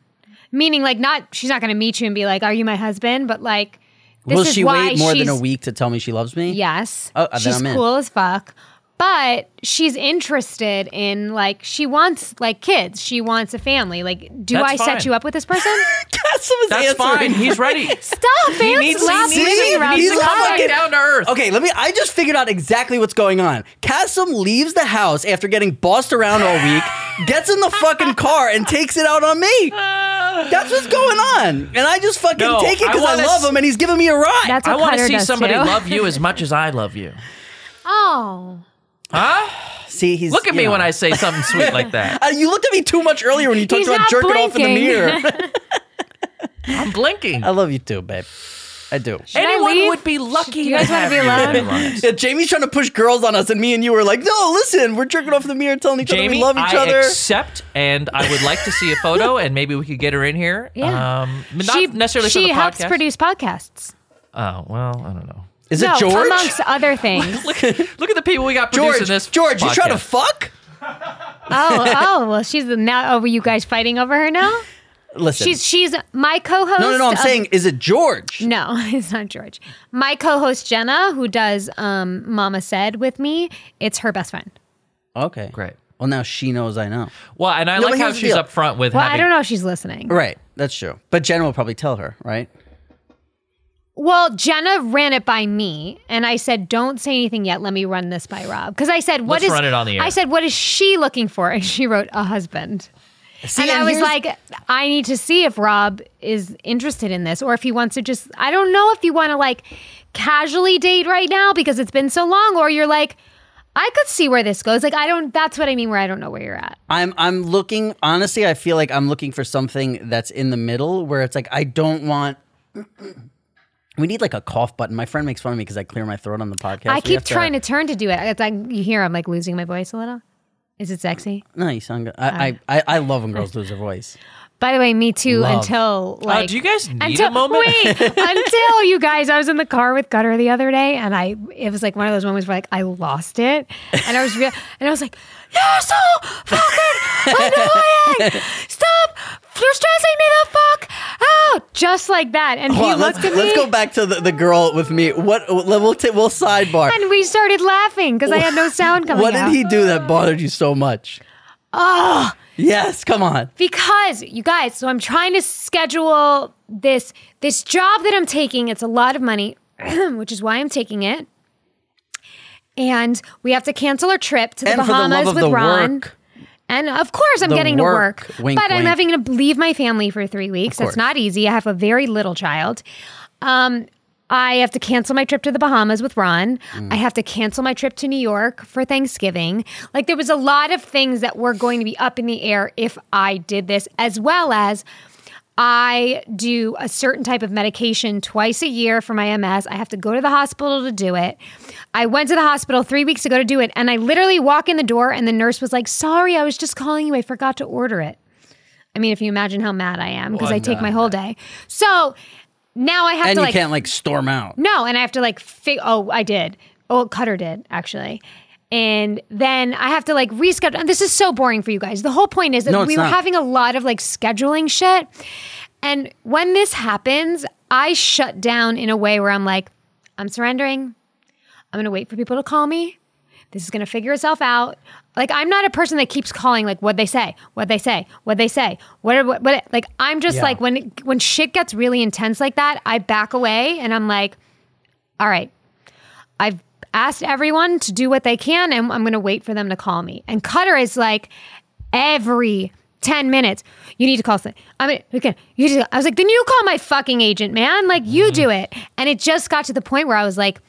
Speaker 2: Meaning, like, not she's not going to meet you and be like, "Are you my husband?" But like, this
Speaker 1: Will
Speaker 2: is
Speaker 1: she
Speaker 2: why
Speaker 1: wait more than a
Speaker 2: she's-
Speaker 1: week to tell me she loves me?
Speaker 2: Yes.
Speaker 1: Oh, then
Speaker 2: she's
Speaker 1: I'm in.
Speaker 2: cool as fuck. But she's interested in like she wants like kids. She wants a family. Like, do
Speaker 3: That's
Speaker 2: I
Speaker 3: fine.
Speaker 2: set you up with this person?
Speaker 1: That's, what
Speaker 3: That's
Speaker 1: his
Speaker 3: fine.
Speaker 1: answering.
Speaker 3: He's ready.
Speaker 2: Stop he
Speaker 3: needs- he needs-
Speaker 1: he's a
Speaker 3: Come back
Speaker 1: fucking-
Speaker 3: down to earth.
Speaker 1: Okay, let me. I just figured out exactly what's going on. Kasim leaves the house after getting bossed around all week, gets in the fucking car, and takes it out on me. That's what's going on. And I just fucking
Speaker 3: No,
Speaker 1: take it
Speaker 3: I
Speaker 1: because I,
Speaker 3: wanna
Speaker 1: love
Speaker 3: s-
Speaker 1: him and he's giving me a ride.
Speaker 2: That's
Speaker 3: I
Speaker 2: what
Speaker 3: want to
Speaker 2: Cutter
Speaker 3: see
Speaker 2: does
Speaker 3: somebody
Speaker 2: too.
Speaker 3: love you as much as I love you.
Speaker 2: Oh,
Speaker 3: Huh?
Speaker 1: See, he's.
Speaker 3: Look at
Speaker 1: you
Speaker 3: me
Speaker 1: know.
Speaker 3: when I say something sweet like that.
Speaker 1: Uh, you looked at me too much earlier when you talked
Speaker 2: He's
Speaker 1: about
Speaker 2: not
Speaker 1: jerking off in the
Speaker 2: blinking.
Speaker 1: mirror.
Speaker 3: I'm blinking.
Speaker 1: I love you too, babe. I do.
Speaker 2: I
Speaker 3: Anyone
Speaker 2: leave?
Speaker 3: would be lucky.
Speaker 2: Do you guys
Speaker 3: to
Speaker 2: wanna
Speaker 3: have
Speaker 2: be
Speaker 3: you in
Speaker 2: alone?
Speaker 3: their lives.
Speaker 1: Yeah, Jamie's trying to push girls on us, and me and you were like, "No, listen, we're jerking off in the mirror, telling each other
Speaker 3: Jamie,
Speaker 1: we love each
Speaker 3: I
Speaker 1: other."
Speaker 3: accept, and I would like to see a photo, and maybe we could get her in here.
Speaker 2: Yeah.
Speaker 3: um, but not necessarily
Speaker 2: she
Speaker 3: for the
Speaker 2: helps
Speaker 3: podcast.
Speaker 2: produce podcasts.
Speaker 3: oh well, I don't know.
Speaker 1: Is
Speaker 2: no,
Speaker 1: it George?
Speaker 2: amongst other things.
Speaker 3: Look, look at the people we got
Speaker 1: George,
Speaker 3: producing this.
Speaker 1: George, you trying to
Speaker 3: podcast.
Speaker 1: fuck?
Speaker 2: oh, oh, well, she's the now. Oh, were you guys fighting over her now?
Speaker 1: Listen,
Speaker 2: She's she's my co-host.
Speaker 1: no, no, no. I'm
Speaker 2: of-
Speaker 1: saying, is it George?
Speaker 2: No, it's not George. My co-host Jenna, who does um, Mama Said with me, it's her best friend.
Speaker 1: Okay,
Speaker 3: Great.
Speaker 1: Well, now she knows I know.
Speaker 3: Well, and I
Speaker 1: No,
Speaker 3: like
Speaker 1: but
Speaker 3: how
Speaker 1: here's the
Speaker 3: she's
Speaker 1: deal.
Speaker 3: up front with
Speaker 2: Well, I
Speaker 3: having.
Speaker 2: don't know if she's listening.
Speaker 1: Right, that's true. But Jen will probably tell her, right?
Speaker 2: Well, Jenna ran it by me, and I said, "Don't say anything yet. Let me run this by Rob." Because I said, "What
Speaker 3: Let's
Speaker 2: is?"
Speaker 3: run it on the air.
Speaker 2: I said, "What is she looking for?" And she wrote, "A husband."
Speaker 1: See,
Speaker 2: and I was
Speaker 1: here's-
Speaker 2: like, "I need to see if Rob is interested in this, or if he wants to just." I don't know if you want to like casually date right now because it's been so long, or you're like, "I could see where this goes." Like, I don't. That's what I mean. Where I don't know where you're at.
Speaker 1: I'm, I'm looking. Honestly, I feel like I'm looking for something that's in the middle, where it's like I don't want. We need like a cough button. My friend makes fun of me because I clear my throat on the podcast.
Speaker 2: I keep trying to turn to do it. It's like you hear I'm like losing my voice a little. Is it sexy?
Speaker 1: No, you sound good. I, I, I, I love when girls lose their voice.
Speaker 2: By the way, me too.
Speaker 1: Love. Oh,
Speaker 2: Until like,
Speaker 3: do you guys need a
Speaker 2: until,
Speaker 3: moment?
Speaker 2: Wait, until you guys. I was in the car with Gutter the other day, and I it was like one of those moments where like I lost it, and I was real, and I was like, "You're so fucking annoying! Stop! You're stressing me the fuck out!" Just like that, and he
Speaker 1: Hold on,
Speaker 2: looked
Speaker 1: let's,
Speaker 2: at me,
Speaker 1: let's go back to the, the girl with me. What? We'll, t- we'll sidebar.
Speaker 2: and we started laughing because I had no sound coming.
Speaker 1: What did
Speaker 2: out.
Speaker 1: he do that bothered you so much?
Speaker 2: Oh.
Speaker 1: Yes, come on.
Speaker 2: because you guys so i'm trying to schedule this this job that i'm taking it's a lot of money which is why i'm taking it and we have to cancel our trip to the
Speaker 1: and for the
Speaker 2: Bahamas
Speaker 1: love of
Speaker 2: with
Speaker 1: the
Speaker 2: Ron.
Speaker 1: work,
Speaker 2: And of course, I'm
Speaker 1: The
Speaker 2: getting
Speaker 1: work.
Speaker 2: to work,
Speaker 1: Wink,
Speaker 2: but I'm
Speaker 1: wink.
Speaker 2: having to leave my family for three weeks.
Speaker 1: course.
Speaker 2: That's not easy. I have a very little child. Um, I have to cancel my trip to the Bahamas with Ron.
Speaker 1: Mm.
Speaker 2: I have to cancel my trip to New York for Thanksgiving. Like there was a lot of things that were going to be up in the air if I did this, as well as I do a certain type of medication twice a year for my MS. I have to go to the hospital to do it. I went to the hospital three weeks ago to do it, and I literally walk in the door, and the nurse was like, Sorry, I was just calling you. I forgot to order it. I mean, if you imagine how mad I am, because I take my whole day. So now I have
Speaker 1: and
Speaker 2: to
Speaker 1: you
Speaker 2: like
Speaker 1: can't like storm out.
Speaker 2: no, and I have to like fig- oh, I did. Oh, Cutter did actually. And then I have to like reschedule. And this is so boring for you guys. The whole point is that
Speaker 1: No, it's
Speaker 2: we were
Speaker 1: not.
Speaker 2: having a lot of like scheduling shit. And when this happens, I shut down in a way where I'm like, I'm surrendering. I'm going to wait for people to call me. This is going to figure itself out. Like I'm not a person that keeps calling like what they say, what they say, what they say. What what, what like I'm just
Speaker 1: Yeah.
Speaker 2: like when it, when shit gets really intense like that, I back away and I'm like all right, I've asked everyone to do what they can and I'm going to wait for them to call me. And Cutter is like, every 10 minutes, you need to call. some- I mean, we can, you just, I was like, then you call my fucking agent, man. Like, you do it. And it just got to the point where I was like,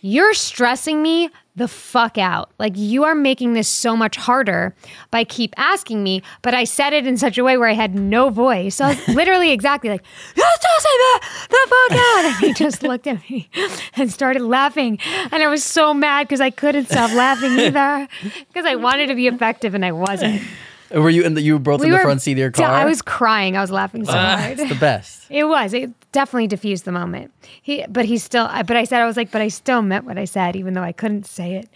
Speaker 2: you're stressing me the fuck out. Like, you are making this so much harder by keep asking me. But I said it in such a way where I had no voice. So I was literally exactly like, you're stressing me the fuck out. And he just looked at me and started laughing. And I was so mad because I couldn't stop laughing either because I wanted to be effective and I wasn't.
Speaker 1: Were you in the you were both in the front seat of your
Speaker 2: d-
Speaker 1: car? Ah.
Speaker 2: I was crying. I was laughing so hard.
Speaker 1: the best.
Speaker 2: It was. It definitely diffused the moment. He, but he still. I, but I said I was like, but I still meant what I said, even though I couldn't say it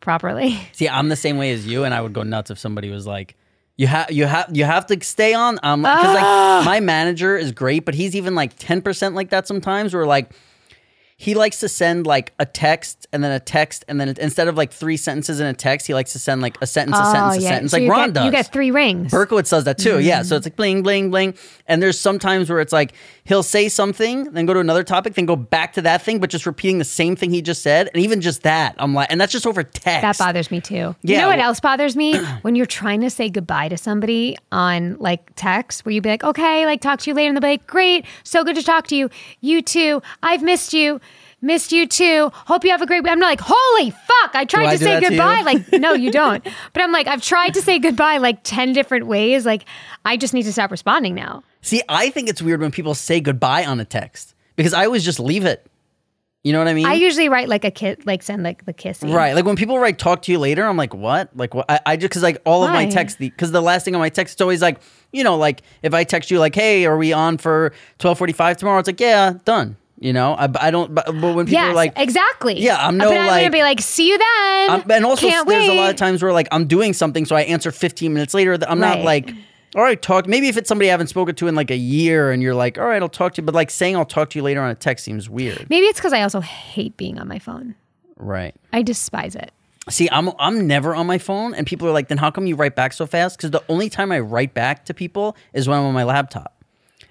Speaker 2: properly.
Speaker 1: See, I'm the same way as you, and I would go nuts if somebody was like, "You have, you have, you have to stay on." Um, because like my manager is great, but he's even like ten percent like that sometimes. Where like he likes to send like a text and then a text and then it, instead of like three sentences in a text, he likes to send like a sentence, a sentence, a sentence,
Speaker 2: Oh, So
Speaker 1: like
Speaker 2: you
Speaker 1: Ron
Speaker 2: get,
Speaker 1: does.
Speaker 2: You get three rings.
Speaker 1: Berkowitz does that too. Yeah. So it's like bling, bling, bling. And there's sometimes where it's like he'll say something, then go to another topic, then go back to that thing, but just repeating the same thing he just said. And even just that, I'm like, and that's just over text.
Speaker 2: that bothers me too. you
Speaker 1: Yeah,
Speaker 2: know what
Speaker 1: well-
Speaker 2: else bothers me? when you're trying to say goodbye to somebody on like text, where you'd be like, okay, like talk to you later. And they'll be like, great. So good to talk to you. You too. I've missed you. Missed you too. Hope you have a great week. I'm not like, holy fuck, I tried
Speaker 1: I
Speaker 2: to
Speaker 1: do
Speaker 2: say
Speaker 1: that to you?
Speaker 2: goodbye. Like, no, you don't. But I'm like, I've tried to say goodbye like 10 different ways. Like, I just need to stop responding now.
Speaker 1: See, I think it's weird when people say goodbye on a text because I always just leave it. You know what I mean?
Speaker 2: I usually write like a kiss, like send like the kissy.
Speaker 1: Mm-hmm. right. Like when people write talk to you later, I'm like, what? Like, what? I, I just, cause like all of my
Speaker 2: Why?
Speaker 1: texts, because the, last thing on my text, it's always like, you know, like if I text you, like, hey, are we on for 1245 tomorrow? It's like, yeah, done. You know, I, I don't, but, but when people
Speaker 2: Yes,
Speaker 1: are like,
Speaker 2: exactly.
Speaker 1: Yeah, I'm no,
Speaker 2: But I'm gonna
Speaker 1: like-
Speaker 2: be like, see you then.
Speaker 1: I'm, and also,
Speaker 2: Can't
Speaker 1: there's a lot
Speaker 2: wait.
Speaker 1: of times where like I'm doing something, so I answer 15 minutes later. that I'm not
Speaker 2: Right.
Speaker 1: like, all right, talk. Maybe if it's somebody I haven't spoken to in like a year, and you're like, all right, I'll talk to you, but like saying I'll talk to you later on a text seems weird,
Speaker 2: Maybe it's because I also hate being on my phone.
Speaker 1: right?
Speaker 2: I despise it.
Speaker 1: See, I'm I'm never on my phone, and people are like, then how come you write back so fast? Because the only time I write back to people is when I'm on my laptop.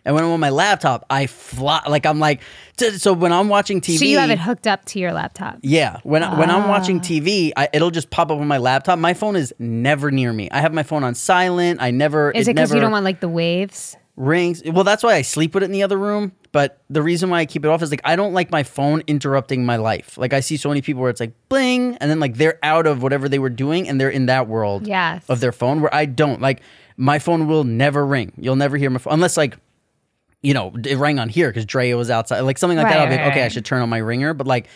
Speaker 1: And when I'm on my laptop, I fly like I'm like. t- So when I'm watching TV,
Speaker 2: So you have it Ah. hooked up to your laptop.
Speaker 1: Yeah, when I when I'm watching TV, I, it'll just pop up on my laptop. My phone is never near me. I have my phone on silent. I never.
Speaker 2: Is it because
Speaker 1: never
Speaker 2: you don't want like the waves?
Speaker 1: rings? Well, that's why I sleep with it in the other room. But the reason why I keep it off is like I don't like my phone interrupting my life. Like I see so many people where it's like bling, and then like they're out of whatever they were doing, and they're in that world
Speaker 2: Yes.
Speaker 1: of their phone. Where I don't like my phone will never ring. You'll never hear my phone unless like you know, it rang on here because Drea was outside, like something like that.
Speaker 2: Right,
Speaker 1: I'll be like,
Speaker 2: right,
Speaker 1: okay, I
Speaker 2: right.
Speaker 1: should turn on my ringer, but like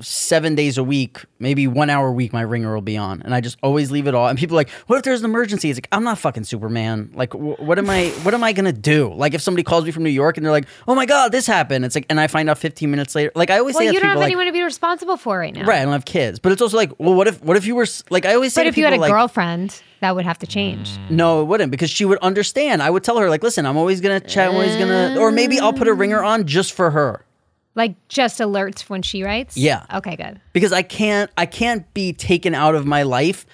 Speaker 1: seven days a week, maybe one hour a week, my ringer will be on, and I just always leave it all. And people are like, what if there's an emergency? It's like I'm not fucking Superman. Like, wh- what am I? What am I gonna do? Like, if somebody calls me from New York and they're like, oh my god, this happened. It's like, and I find out 15 minutes later. Like, I always
Speaker 2: well,
Speaker 1: say that
Speaker 2: you
Speaker 1: to
Speaker 2: don't have
Speaker 1: people, like,
Speaker 2: anyone to be responsible for right now.
Speaker 1: right, I don't have kids, but it's also like, well, what if, what if you were s- like, I always say
Speaker 2: But
Speaker 1: to
Speaker 2: if you had a
Speaker 1: people, like, Mm.
Speaker 2: girlfriend, that would have to change.
Speaker 1: no, it wouldn't because she would understand. I would tell her like, listen, I'm always gonna chat. I'm always gonna, or maybe I'll put a ringer on just for her.
Speaker 2: Like just alerts when she writes.
Speaker 1: Yeah.
Speaker 2: Okay, good.
Speaker 1: because I can't I can't be taken out of my life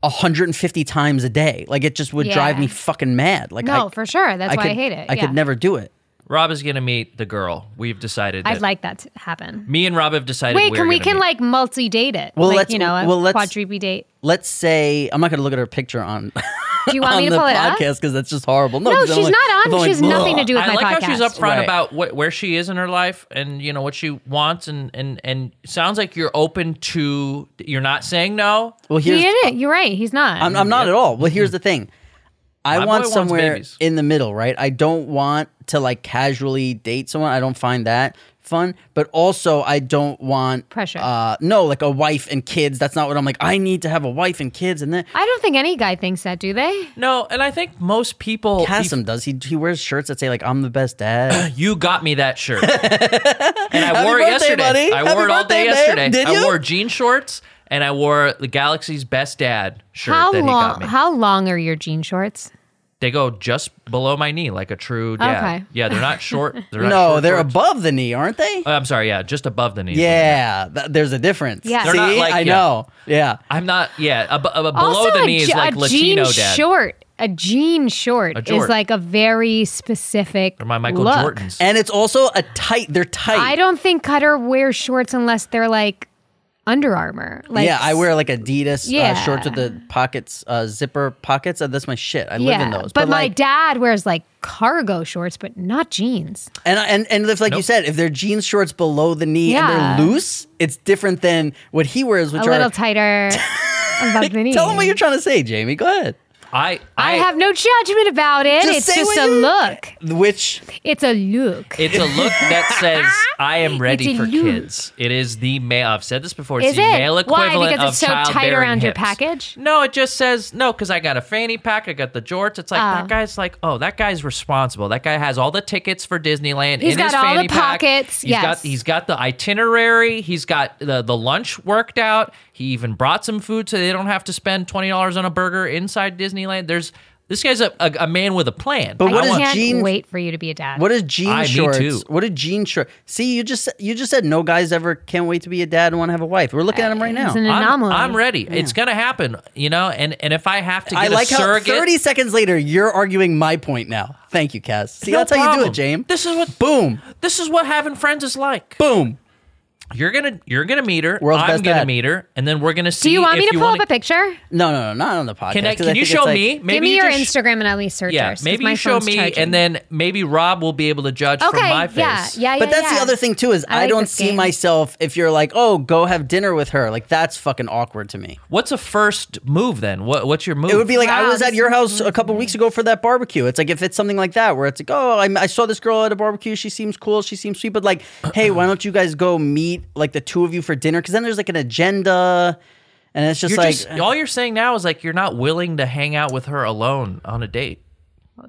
Speaker 1: 150 times a day. Like it just would
Speaker 2: Yeah.
Speaker 1: drive me fucking mad. Like
Speaker 2: No,
Speaker 1: I,
Speaker 2: for sure. That's
Speaker 1: I
Speaker 2: why
Speaker 1: could,
Speaker 2: I hate it.
Speaker 1: I
Speaker 2: Yeah.
Speaker 1: could never do it.
Speaker 3: Rob is gonna meet the girl. We've decided.
Speaker 2: I'd
Speaker 3: that-
Speaker 2: like that to happen.
Speaker 3: Me and Rob have decided.
Speaker 2: Wait,
Speaker 3: we're
Speaker 2: can we
Speaker 3: gonna
Speaker 2: can
Speaker 3: meet.
Speaker 2: like multi date it?
Speaker 1: Well,
Speaker 2: like,
Speaker 1: let's-
Speaker 2: you know, a
Speaker 1: well, let's-
Speaker 2: quadruple date.
Speaker 1: Let's say I'm not going to look at her picture on
Speaker 2: Do you want
Speaker 1: on
Speaker 2: me
Speaker 1: the
Speaker 2: to pull it up?
Speaker 1: podcast because that's just horrible. No,
Speaker 2: No,
Speaker 1: 'cause I'm
Speaker 2: she's
Speaker 1: like-
Speaker 2: not on.
Speaker 1: I'm
Speaker 2: She has
Speaker 1: like,
Speaker 2: nothing to
Speaker 1: "Ugh."
Speaker 2: do with
Speaker 3: I
Speaker 2: my
Speaker 3: like
Speaker 2: podcast.
Speaker 3: how she's upfront
Speaker 1: Right.
Speaker 3: about what, where she is in her life and you know what she wants and and and sounds like you're open to you're not saying no.
Speaker 1: Well,
Speaker 2: He
Speaker 1: here's
Speaker 2: didn't. You're right. He's not.
Speaker 1: I'm, I'm not at all. Well, here's the thing. I
Speaker 3: Mm, mm-hmm. My boy
Speaker 1: want
Speaker 3: wants
Speaker 1: somewhere
Speaker 3: babies.
Speaker 1: in the middle, right? I don't want to like casually date someone. I don't find that fun, but also I don't want
Speaker 2: Pressure.
Speaker 1: Uh, no, like a wife and kids. That's not what I'm like. I need to have a wife and kids, and then
Speaker 2: I don't think any guy thinks that, do they?
Speaker 3: No, and I think most people
Speaker 1: Kasim does. He he wears shirts that say like I'm the best dad.
Speaker 3: You got me that shirt. and I wore it
Speaker 1: birthday,
Speaker 3: yesterday.
Speaker 1: buddy.
Speaker 3: I
Speaker 1: Happy
Speaker 3: wore it all
Speaker 1: birthday,
Speaker 3: day
Speaker 1: babe.
Speaker 3: yesterday.
Speaker 1: Did
Speaker 3: I
Speaker 1: you?
Speaker 3: wore jean shorts and I wore the Galaxy's best dad shirt
Speaker 2: how
Speaker 3: that he
Speaker 2: long
Speaker 3: got me.
Speaker 2: how long are your jean shorts?
Speaker 3: they go just below my knee like a true dad.
Speaker 2: Okay.
Speaker 3: Yeah, they're not short. They're not
Speaker 1: no,
Speaker 3: short
Speaker 1: they're
Speaker 3: shorts.
Speaker 1: above the knee, aren't they?
Speaker 3: Oh, I'm sorry, yeah, just above the knee.
Speaker 1: yeah, th- there's a difference.
Speaker 2: Yeah. They're
Speaker 1: See,
Speaker 3: not like-
Speaker 1: I
Speaker 3: yeah.
Speaker 1: know. Yeah,
Speaker 3: I'm not yeah, ab- ab- below
Speaker 2: Also
Speaker 3: the
Speaker 2: a
Speaker 3: knee is
Speaker 2: je- a,
Speaker 3: like Latino
Speaker 2: jean
Speaker 3: dad.
Speaker 2: short. A jean short
Speaker 3: A jort.
Speaker 2: is like a very specific
Speaker 3: Or my Michael
Speaker 2: look.
Speaker 3: Jordans.
Speaker 1: and it's also a tight. They're tight.
Speaker 2: I don't think Cutter wears shorts unless they're like Under Armour. Like
Speaker 1: yeah, I wear like Adidas uh,
Speaker 2: Yeah.
Speaker 1: shorts with the pockets, uh, zipper pockets. Uh, that's my shit. I live in those.
Speaker 2: But, my
Speaker 1: like,
Speaker 2: dad wears like cargo shorts, but not jeans.
Speaker 1: and and and if like you
Speaker 3: Nope.
Speaker 1: said, if they're jean shorts below the knee
Speaker 2: Yeah.
Speaker 1: and they're loose, it's different than what he wears, which
Speaker 2: A
Speaker 1: are.
Speaker 2: little tighter above the knee.
Speaker 1: tell him what you're trying to say, Jamie. Go ahead.
Speaker 3: I,
Speaker 2: I have no judgment about it.
Speaker 1: Just
Speaker 2: it's
Speaker 1: say
Speaker 2: just
Speaker 1: what
Speaker 2: a
Speaker 1: you-
Speaker 2: look.
Speaker 1: Which
Speaker 2: It's a look.
Speaker 3: It's a look that says, "I am ready
Speaker 2: It's
Speaker 3: for
Speaker 2: a look.
Speaker 3: kids." It is the male. I've said this before. It's
Speaker 2: Is
Speaker 3: the
Speaker 2: it?
Speaker 3: male
Speaker 2: Why?
Speaker 3: equivalent
Speaker 2: Because
Speaker 3: of
Speaker 2: it's so tight
Speaker 3: childbearing
Speaker 2: around your
Speaker 3: hips.
Speaker 2: package?
Speaker 3: No, it just says no because I got a fanny pack. I got the jorts. It's like that guy's like, oh, that guy's responsible. That guy has all the tickets for Disneyland.
Speaker 2: He's
Speaker 3: in
Speaker 2: got
Speaker 3: his
Speaker 2: all the
Speaker 3: fanny pack.
Speaker 2: pockets,
Speaker 3: He's
Speaker 2: yes.
Speaker 3: got he's got the itinerary. He's got the the lunch worked out. He even brought some food so they don't have to spend twenty dollars on a burger inside Disneyland. There's this guy's a, a, a man with a plan.
Speaker 1: But
Speaker 2: I
Speaker 1: what is
Speaker 2: can't
Speaker 1: jean-
Speaker 2: wait for you to be a dad.
Speaker 1: what is jean
Speaker 3: I- me
Speaker 1: shorts?
Speaker 3: too.
Speaker 1: What is jean short? See, you just you just said no guys ever can't wait to be a dad and want to have a wife. We're looking at him right now.
Speaker 2: It's an
Speaker 3: I'm-
Speaker 2: anomaly.
Speaker 3: I'm, ready. It's gonna happen, you know. And and if I have to get
Speaker 1: I like
Speaker 3: a
Speaker 1: how
Speaker 3: surrogate,
Speaker 1: 30 seconds later you're arguing my point now. Thank you, Cass. See,
Speaker 3: no
Speaker 1: that's how you do
Speaker 3: problem.
Speaker 1: it, James.
Speaker 3: This is what
Speaker 1: Boom,
Speaker 3: this is what having friends is like.
Speaker 1: boom.
Speaker 3: You're gonna you're gonna meet her.
Speaker 1: World's
Speaker 3: I'm
Speaker 1: best
Speaker 3: gonna
Speaker 1: dad.
Speaker 3: meet her, and then we're gonna see.
Speaker 2: Do you want
Speaker 3: if
Speaker 2: me to
Speaker 3: you
Speaker 2: pull
Speaker 3: wanna-
Speaker 2: up a picture?
Speaker 1: No, no, no, not on the podcast.
Speaker 3: Can I?
Speaker 1: 'cause
Speaker 3: Can you
Speaker 1: think it's
Speaker 3: show
Speaker 1: like-
Speaker 3: me? Maybe
Speaker 2: Give me
Speaker 3: you
Speaker 2: your
Speaker 3: just-
Speaker 2: Instagram and I'll leave searchers.
Speaker 3: Yeah,
Speaker 2: 'cause
Speaker 3: maybe
Speaker 2: my
Speaker 3: you show
Speaker 2: phone's
Speaker 3: me,
Speaker 2: charging.
Speaker 3: and then maybe Rob will be able to judge
Speaker 2: okay,
Speaker 3: from my face.
Speaker 2: yeah, yeah, yeah.
Speaker 1: But that's
Speaker 2: yeah.
Speaker 1: the other thing too is I,
Speaker 2: I like
Speaker 1: don't
Speaker 2: this
Speaker 1: see
Speaker 2: game.
Speaker 1: myself if you're like, oh, go have dinner with her. Like that's fucking awkward to me.
Speaker 3: What's a first move then? What what's your move?
Speaker 1: It would be like I
Speaker 2: Wow,
Speaker 1: was at
Speaker 2: this
Speaker 1: your house a couple weeks ago for that barbecue. It's like if it's something like that where it's like, oh, I, I saw this girl at a barbecue. She seems cool. She seems sweet. But like, hey, why don't you guys go meet like the two of you for dinner? Because then there's like an agenda, and it's just
Speaker 3: You're
Speaker 1: like eh.
Speaker 3: just- all you're saying now is like you're not willing to hang out with her alone on a date.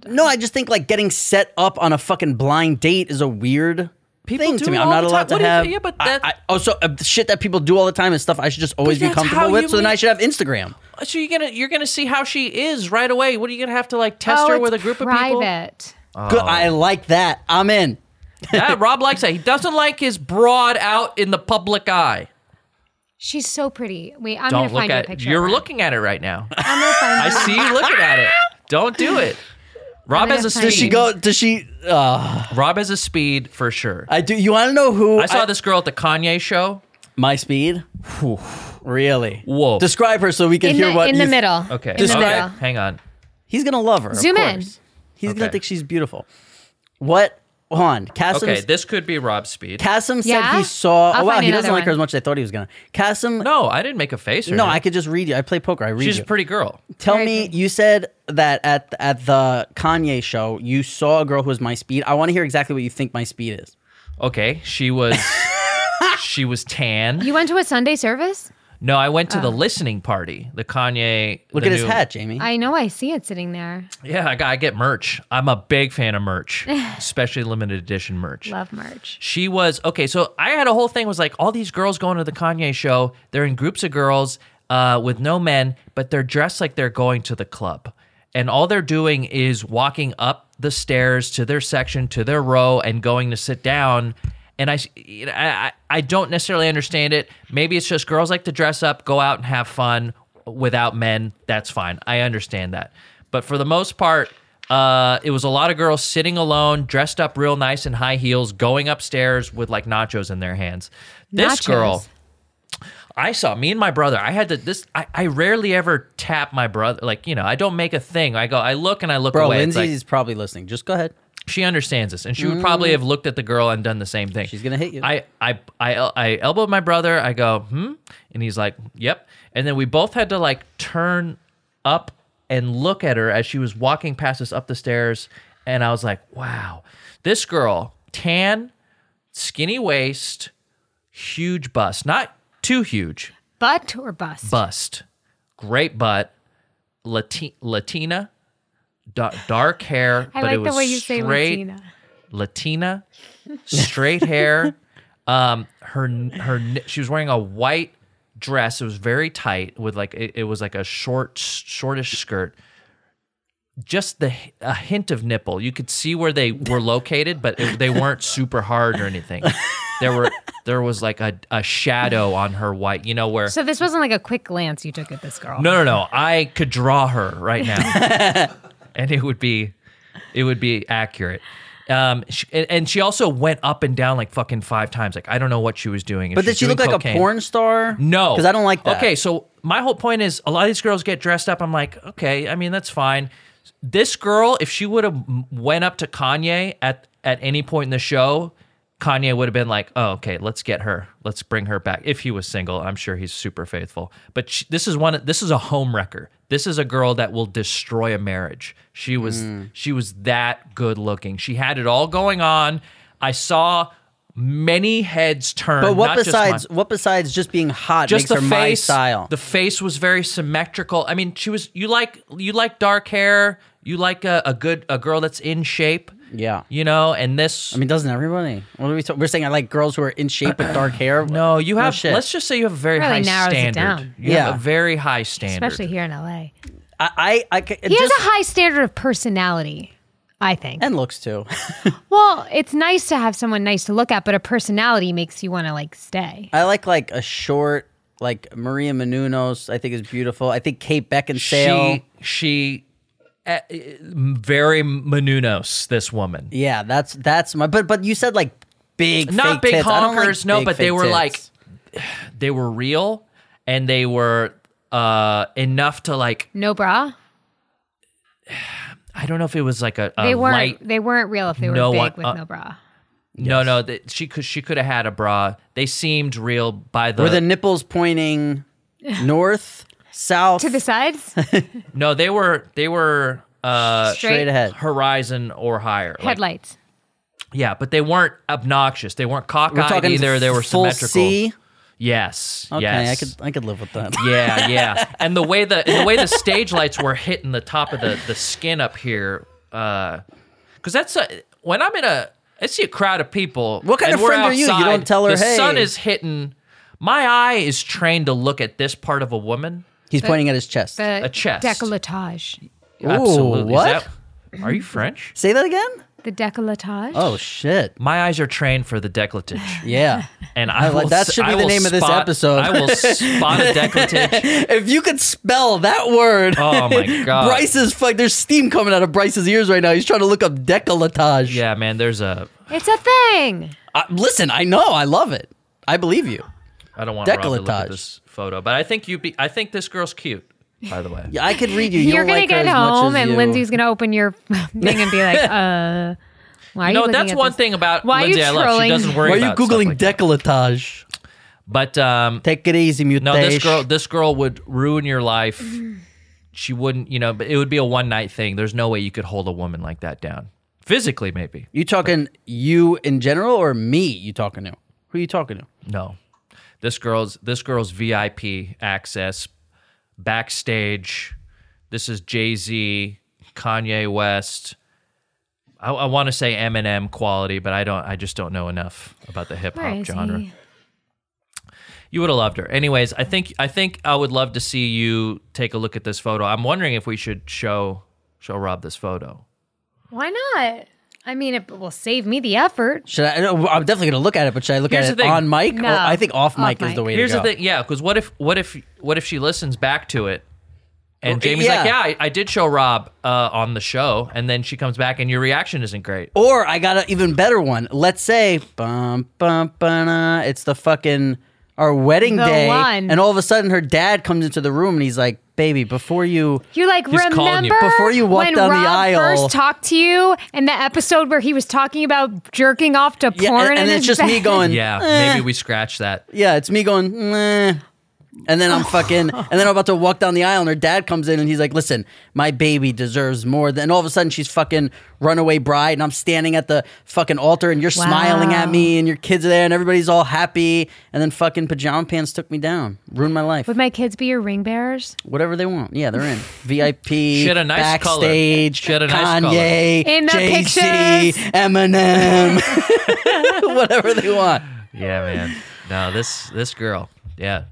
Speaker 1: no. I just think like getting set up on a fucking blind date is a weird.
Speaker 3: People
Speaker 1: thing
Speaker 3: do
Speaker 1: to me.
Speaker 3: it
Speaker 1: I'm
Speaker 3: all
Speaker 1: not
Speaker 3: the
Speaker 1: allowed
Speaker 3: time.
Speaker 1: to
Speaker 3: What
Speaker 1: have.
Speaker 3: if- yeah, but
Speaker 1: I-
Speaker 3: that-
Speaker 1: I, oh, so uh, shit that people do all the time is stuff I should just always be
Speaker 3: that's how
Speaker 1: comfortable
Speaker 3: you
Speaker 1: with. So then
Speaker 3: meet-
Speaker 1: I should have Instagram.
Speaker 3: So you're gonna you're gonna see how she is right away. What are you gonna have to like test
Speaker 2: oh,
Speaker 3: her
Speaker 2: it's
Speaker 3: with a group of people?
Speaker 2: private.
Speaker 1: Good. I like that. I'm in.
Speaker 3: Yeah, Rob likes that. He doesn't like his broad out in the public eye.
Speaker 2: She's so pretty. Wait, I'm
Speaker 3: Don't
Speaker 2: gonna
Speaker 3: look
Speaker 2: find you a
Speaker 3: at
Speaker 2: picture.
Speaker 3: you're
Speaker 2: of her.
Speaker 3: looking at it right now.
Speaker 2: I'm gonna find
Speaker 3: I
Speaker 2: her.
Speaker 3: see you looking at it. Don't do it. Rob
Speaker 2: gonna
Speaker 3: has a
Speaker 2: find
Speaker 3: speed.
Speaker 1: Does she go? Does she? Uh,
Speaker 3: Rob has a speed for sure.
Speaker 1: I do. You want to know who?
Speaker 3: I saw this girl at the Kanye show.
Speaker 1: My speed. Really?
Speaker 3: Whoa.
Speaker 1: Describe her so we can
Speaker 2: in
Speaker 1: hear
Speaker 2: the,
Speaker 1: what.
Speaker 2: in
Speaker 1: you
Speaker 2: the
Speaker 1: th-
Speaker 2: middle.
Speaker 3: Okay.
Speaker 2: In the
Speaker 1: Describe-
Speaker 2: middle.
Speaker 3: okay. Hang on.
Speaker 1: He's gonna love her. of
Speaker 2: Zoom in.
Speaker 1: course. He's gonna
Speaker 3: Okay.
Speaker 1: think she's beautiful. What? Hold on. Kasim.
Speaker 3: Okay, this could be Rob's speed.
Speaker 1: Kasim said
Speaker 2: Yeah?
Speaker 1: he saw.
Speaker 2: I'll
Speaker 1: oh wow,
Speaker 2: find
Speaker 1: he doesn't
Speaker 2: another
Speaker 1: like her
Speaker 2: one.
Speaker 1: as much as I thought he was gonna. Kasim. No,
Speaker 3: No, I didn't make a face. Or
Speaker 1: I
Speaker 3: anything.
Speaker 1: could just read you. I play poker. I read
Speaker 3: She's
Speaker 1: you.
Speaker 3: a pretty girl.
Speaker 1: Tell
Speaker 2: Very
Speaker 1: me,
Speaker 2: good.
Speaker 1: you said that at at the Kanye show, you saw a girl who was my speed. I want to hear exactly what you think my speed is.
Speaker 3: Okay, she was. she was tan.
Speaker 2: You went to a Sunday service?
Speaker 3: No, I went to the listening party. The Kanye.
Speaker 1: Look
Speaker 3: the
Speaker 1: at his
Speaker 3: new-
Speaker 1: hat, Jamie.
Speaker 2: I know I see it sitting there.
Speaker 3: Yeah, I, got, I get merch. I'm a big fan of merch, especially limited edition merch.
Speaker 2: Love merch.
Speaker 3: She was okay. So I had a whole thing was like all these girls going to the Kanye show. They're in groups of girls uh, with no men, but they're dressed like they're going to the club, and all they're doing is walking up the stairs to their section to their row and going to sit down. And I, s- you know, I, I- I don't necessarily understand it. Maybe it's just girls like to dress up, go out and have fun without men. That's fine. I understand that. But for the most part, Uh, it was a lot of girls sitting alone, dressed up real nice in high heels, going upstairs with like nachos in their hands. This
Speaker 2: Nachos.
Speaker 3: girl, I saw me and my brother. I had to this. I, I rarely ever tap my brother. Like you know, I don't make a thing. I go. I look and I look
Speaker 1: Bro,
Speaker 3: away. It's like-
Speaker 1: Lindsay's probably listening. Just go ahead.
Speaker 3: she understands this, and she would probably have looked at the girl and done the same thing.
Speaker 1: Mm. She's gonna hit you.
Speaker 3: I I I I elbowed my brother. I go, hmm, and he's like, yep. And then we both had to like turn up and look at her as she was walking past us up the stairs, and I was like, wow, this girl, tan, skinny waist, huge bust, not too huge,
Speaker 2: Butt or bust?
Speaker 3: bust, great butt, Lati- Latina, da- dark hair,
Speaker 2: I
Speaker 3: but it
Speaker 2: like
Speaker 3: was
Speaker 2: the way you say
Speaker 3: straight.
Speaker 2: Latina.
Speaker 3: Latina, straight hair. Um, her her she was wearing a white dress. It was very tight with like it, it was like a short shortish skirt. Just the a hint of nipple. You could see where they were located, but it, they weren't super hard or anything. There were there was like a, a shadow on her white. You know where?
Speaker 2: So this wasn't like a quick glance you took at this girl.
Speaker 3: No, no, no. I could draw her right now, and it would be, it would be accurate. Um, she, and, and she also went up and down like fucking five times. Like I don't know what she was doing. If
Speaker 1: But did
Speaker 3: she's
Speaker 1: she look
Speaker 3: doing
Speaker 1: like
Speaker 3: cocaine-
Speaker 1: a porn star?
Speaker 3: No,
Speaker 1: because I don't like that.
Speaker 3: Okay, so my whole point is a lot of these girls get dressed up. I'm like, okay, I mean that's fine. This girl, if she would have went up to Kanye at at any point in the show. Kanye would have been like, "Oh, okay, let's get her. Let's bring her back." If he was single, I'm sure he's super faithful. But she, this is one. This is a home wrecker. This is a girl that will destroy a marriage. She was
Speaker 1: Mm.
Speaker 3: she was that good looking. She had it all going on. I saw many heads turn.
Speaker 1: But what
Speaker 3: not just mine
Speaker 1: besides what besides just being hot
Speaker 3: just
Speaker 1: makes
Speaker 3: the
Speaker 1: her
Speaker 3: face
Speaker 1: my style?
Speaker 3: the face was very symmetrical i mean she was you like you like dark hair you like a, a good a girl that's in shape
Speaker 1: yeah.
Speaker 3: you know and this
Speaker 1: I mean, doesn't everybody? What are we? Talk- we're saying I like girls who are in shape with dark hair.
Speaker 3: no you have
Speaker 1: shit.
Speaker 3: let's just say you have a very
Speaker 2: Really
Speaker 3: high
Speaker 2: narrows it
Speaker 3: standard
Speaker 2: down.
Speaker 3: you have
Speaker 1: Yeah.
Speaker 3: a very high standard
Speaker 2: Especially here in LA.
Speaker 1: I I, I ca-
Speaker 2: He
Speaker 1: just
Speaker 2: has a high standard of personality, I think.
Speaker 1: and looks too.
Speaker 2: Well, it's nice to have someone nice to look at, but a personality makes you want to like stay.
Speaker 1: I like like a short like Maria Menounos. I think is beautiful. I think Kate Beckinsale.
Speaker 3: she she eh, eh, very Menounos, this woman
Speaker 1: yeah, that's that's my. But but you said like big,
Speaker 3: not
Speaker 1: fake
Speaker 3: big
Speaker 1: tits. I don't like
Speaker 3: honkers, no,
Speaker 1: big
Speaker 3: but they
Speaker 1: fake
Speaker 3: were
Speaker 1: tits.
Speaker 3: like they were real and they were uh enough to like
Speaker 2: No bra.
Speaker 3: I don't know if it was like a, a
Speaker 2: They weren't.
Speaker 3: light
Speaker 2: they weren't real if they were
Speaker 3: no
Speaker 2: big
Speaker 3: one-
Speaker 2: with
Speaker 3: uh,
Speaker 2: no bra.
Speaker 3: No, no, that she could she could have had a bra. They seemed real by the,
Speaker 1: were the nipples pointing north, south,
Speaker 2: To the sides,
Speaker 3: no. They were they were uh,
Speaker 2: straight,
Speaker 1: straight ahead.
Speaker 3: horizon or higher. Like,
Speaker 2: headlights.
Speaker 3: yeah, but they weren't obnoxious. They weren't
Speaker 1: We're
Speaker 3: cockeyed
Speaker 1: talking
Speaker 3: either. They were
Speaker 1: full
Speaker 3: symmetrical.
Speaker 1: C.
Speaker 3: Yes.
Speaker 1: Okay,
Speaker 3: yes.
Speaker 1: I could I could live with that.
Speaker 3: Yeah, yeah. And the way the the way the stage lights were hitting the top of the the skin up here, because that's a, when I'm in a I see a crowd of people.
Speaker 1: What kind
Speaker 3: and
Speaker 1: of
Speaker 3: we're
Speaker 1: friend are you? You
Speaker 3: outside,
Speaker 1: don't tell her,
Speaker 3: The sun
Speaker 1: "Hey."
Speaker 3: is hitting. My eye is trained to look at this part of a woman.
Speaker 1: He's pointing at his chest.
Speaker 2: The
Speaker 3: A chest.
Speaker 2: decolletage.
Speaker 1: Ooh,
Speaker 3: Absolutely. Is
Speaker 1: what?
Speaker 3: that- are you French?
Speaker 1: Say that again?
Speaker 2: The decolletage.
Speaker 1: Oh shit!
Speaker 3: My eyes are trained for the decolletage,
Speaker 1: Yeah.
Speaker 3: and I
Speaker 1: like-
Speaker 3: will.
Speaker 1: that
Speaker 3: s-
Speaker 1: should be
Speaker 3: I
Speaker 1: the
Speaker 3: will
Speaker 1: name of this
Speaker 3: spot-
Speaker 1: episode.
Speaker 3: I will spot a decolletage.
Speaker 1: if you could spell that word,
Speaker 3: Oh my god,
Speaker 1: Bryce's fuck. There's steam coming out of Bryce's ears right now. He's trying to look up decolletage.
Speaker 3: Yeah, man. There's a.
Speaker 2: It's a thing.
Speaker 1: I, listen, I know. I love it. I believe you.
Speaker 3: I don't want Rob to look
Speaker 1: Decolletage.
Speaker 3: at this photo, but I think you. Be, I think this girl's cute. By the way,
Speaker 1: Yeah, I could read you. You
Speaker 2: You're
Speaker 1: don't
Speaker 2: gonna
Speaker 1: like her
Speaker 2: get
Speaker 1: as much
Speaker 2: home,
Speaker 1: as
Speaker 2: and
Speaker 1: you.
Speaker 2: Lindsay's gonna open your thing and be like, "Uh, why are you?"
Speaker 3: no,
Speaker 2: looking
Speaker 3: that's
Speaker 2: at
Speaker 3: one
Speaker 2: this?
Speaker 3: thing about
Speaker 2: Why are you
Speaker 3: Lindsay. I love she
Speaker 2: trolling?
Speaker 3: doesn't worry
Speaker 1: Why are you
Speaker 3: about stuff
Speaker 1: googling
Speaker 3: like that.
Speaker 1: decolletage?
Speaker 3: But um,
Speaker 1: Take it easy, mutation.
Speaker 3: no, this girl. This girl would ruin your life. She wouldn't, you know. But it would be a one night thing. There's no way you could hold a woman like that down physically. Maybe
Speaker 1: You talking you in general or me? You talking to? Who you talking to?
Speaker 3: no. This girl's this girl's VIP access backstage. This is Jay Z, Kanye West. I, I want to say Eminem quality, but I don't. I just don't know enough about the hip
Speaker 2: Where
Speaker 3: hop
Speaker 2: is
Speaker 3: Oh, genre.
Speaker 2: he?
Speaker 3: You would have loved her. Anyways, I think I think I would love to see you take a look at this photo. I'm wondering if we should show show Rob this photo.
Speaker 2: Why not? I mean, it will save me the effort.
Speaker 1: Should I? I know- I'm definitely gonna look at it, but should I look
Speaker 3: Here's
Speaker 1: at
Speaker 3: the
Speaker 1: it
Speaker 3: thing.
Speaker 1: on mic?
Speaker 2: No,
Speaker 1: Or I think off,
Speaker 2: off
Speaker 1: mic, is the
Speaker 2: mic.
Speaker 1: way
Speaker 3: Here's
Speaker 1: to
Speaker 3: the
Speaker 1: go.
Speaker 3: thing, yeah, because what if what if what if she listens back to it And Jamie's like,
Speaker 1: yeah.
Speaker 3: yeah, I, I did show Rob uh, on the show. And then she comes back and your reaction isn't great.
Speaker 1: Or I got an even better one. Let's say bum bum ba-na, it's the fucking our wedding
Speaker 2: The
Speaker 1: day,
Speaker 2: one.
Speaker 1: and all of a sudden her dad comes into the room and he's like, "Baby, before you."
Speaker 2: You're like,
Speaker 3: He's calling you.
Speaker 2: remember
Speaker 1: Before you walk
Speaker 2: when
Speaker 1: down the
Speaker 2: Rob
Speaker 1: aisle."
Speaker 2: first talked to you in the episode where he was talking about jerking off to porn
Speaker 1: Yeah, and,
Speaker 2: in
Speaker 1: and it's
Speaker 2: his
Speaker 1: just me
Speaker 2: bed?
Speaker 1: going.
Speaker 3: Yeah,
Speaker 1: "Eh."
Speaker 3: maybe we scratch that.
Speaker 1: Yeah, it's me going, "Meh." and
Speaker 2: Oh.
Speaker 1: then I'm fucking, and then I'm about to walk down the aisle, and her dad comes in, and he's like, "Listen, my baby deserves more." Then all of a sudden, she's fucking runaway bride, and I'm standing at the fucking altar, and you're smiling at
Speaker 2: Wow.
Speaker 1: me, and your kids are there, and everybody's all happy, and then fucking pajama pants took me down, ruined my life.
Speaker 2: Would my kids be your ring bearers?
Speaker 1: Whatever they want, yeah, they're in VIP,
Speaker 3: had a nice color.
Speaker 1: backstage,
Speaker 3: She had a nice color.
Speaker 1: Kanye,
Speaker 2: In the
Speaker 1: JC,
Speaker 2: pictures.
Speaker 1: Eminem, whatever they want.
Speaker 3: Yeah, man. No, this this girl. Yeah.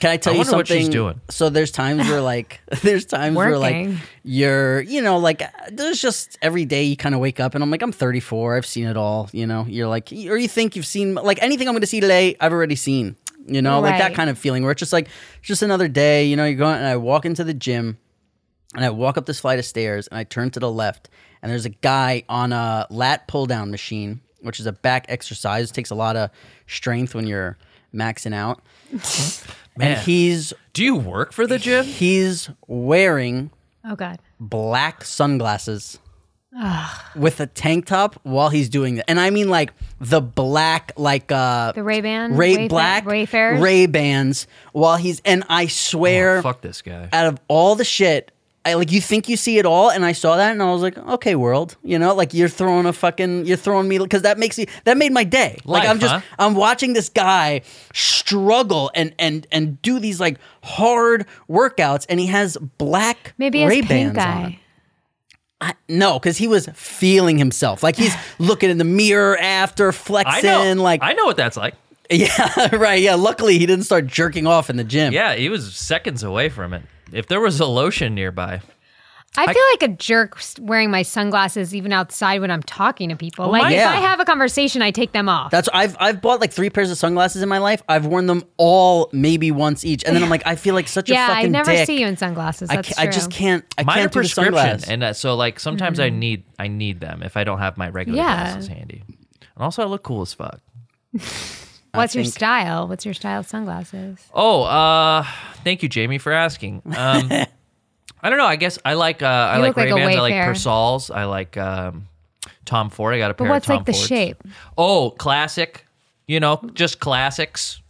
Speaker 1: Can I tell
Speaker 3: I
Speaker 1: you
Speaker 3: wonder
Speaker 1: something?
Speaker 3: what she's doing.
Speaker 1: So there's times where like there's times where like
Speaker 2: Working.
Speaker 1: you're you know like there's just every day you kind of wake up and I'm like I'm 34 I've seen it all you know you're like or you think you've seen like anything I'm going to see today I've already seen you know like that
Speaker 2: Right.
Speaker 1: kind of feeling where it's just like it's just another day you know you're going and I walk into the gym and I walk up this flight of stairs and I turn to the left and there's a guy on a lat pull down machine, which is a back exercise. It takes a lot of strength when you're maxing out.
Speaker 3: Man.
Speaker 1: And he's
Speaker 3: Do you work for the gym? Oh,
Speaker 1: he's wearing
Speaker 2: Oh God.
Speaker 1: black sunglasses with a tank top while he's doing that. And I mean like the black like uh
Speaker 2: The Ray-Ban?
Speaker 1: Ray
Speaker 2: Wayfair-
Speaker 1: black
Speaker 2: Wayfarers?
Speaker 1: Ray Bans while he's and I swear
Speaker 3: Oh, fuck this guy.
Speaker 1: out of all the shit, I like you think you see it all, and I saw that, and I was like, okay, world, you know, like you're throwing a fucking, you're throwing me because that makes me, that made my day. Like
Speaker 3: Life,
Speaker 1: I'm just,
Speaker 3: huh?
Speaker 1: I'm watching this guy struggle and and and do these like hard workouts, and he has black
Speaker 2: Maybe
Speaker 1: Ray
Speaker 2: it's pink
Speaker 1: Bans on.
Speaker 2: eye.
Speaker 1: I- no, because he was feeling himself, like he's looking in the mirror after
Speaker 3: I
Speaker 1: flexing,
Speaker 3: know.
Speaker 1: like
Speaker 3: I know what that's like.
Speaker 1: yeah, right, yeah. Luckily, he didn't start jerking off in the gym.
Speaker 3: Yeah, he was seconds away from it. If there was a lotion nearby.
Speaker 2: I feel like a jerk s- wearing my sunglasses even outside when I'm talking to people. like
Speaker 1: yeah.
Speaker 2: if I have a conversation, I take them off.
Speaker 1: That's I've I've bought like three pairs of sunglasses in my life. I've worn them all maybe once each, and then I'm like, I feel like such
Speaker 2: yeah,
Speaker 1: a
Speaker 2: I
Speaker 1: fucking
Speaker 2: never
Speaker 1: dick.
Speaker 2: see you in sunglasses.
Speaker 1: I,
Speaker 2: That's
Speaker 1: ca-
Speaker 2: true.
Speaker 1: I just can't. I
Speaker 3: Mine are
Speaker 1: can't do the
Speaker 3: prescription,
Speaker 1: sunglasses. Mm-hmm.
Speaker 3: and uh, so like sometimes I need I need them if I don't have my regular
Speaker 2: Yeah.
Speaker 3: glasses handy. And also, I look cool as fuck.
Speaker 2: What's your
Speaker 1: think-
Speaker 2: style? What's your style of sunglasses?
Speaker 3: Oh, uh, thank you, Jamie, for asking. Um, I don't know. I guess I like uh, I
Speaker 2: You
Speaker 3: like
Speaker 2: look like
Speaker 3: Ray
Speaker 2: a
Speaker 3: Bans. I like
Speaker 2: Wayfair.
Speaker 3: Persols. I like um, Tom Ford. I got a pair.
Speaker 2: what's,
Speaker 3: of Tom
Speaker 2: like, the
Speaker 3: Fords.
Speaker 2: shape?
Speaker 3: Oh, classic. You know, just classics.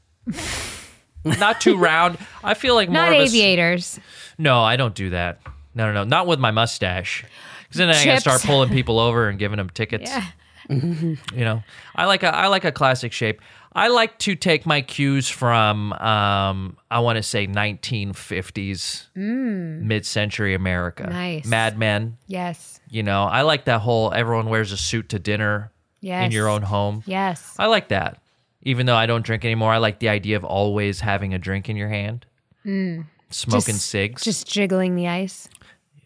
Speaker 3: Not too round. I feel like
Speaker 2: Not
Speaker 3: more of a s-
Speaker 2: aviators.
Speaker 3: No, I don't do that. No, no, no. Not with my mustache. Because then I gotta
Speaker 2: Chips.
Speaker 3: start pulling people over and giving them tickets.
Speaker 2: Yeah.
Speaker 3: You know, I like a I like a classic shape. I like to take my cues from um, I want to say 1950s mid-century America.
Speaker 2: Mm. Nice.
Speaker 3: Mad Men.
Speaker 2: Yes.
Speaker 3: You know, I like that whole everyone wears a suit to dinner in
Speaker 2: Yes.
Speaker 3: your own home.
Speaker 2: Yes.
Speaker 3: I like that. Even though I don't drink anymore, I like the idea of always having a drink in your hand, smoking
Speaker 2: Mm. Just-
Speaker 3: cigs.
Speaker 2: Just jiggling the ice.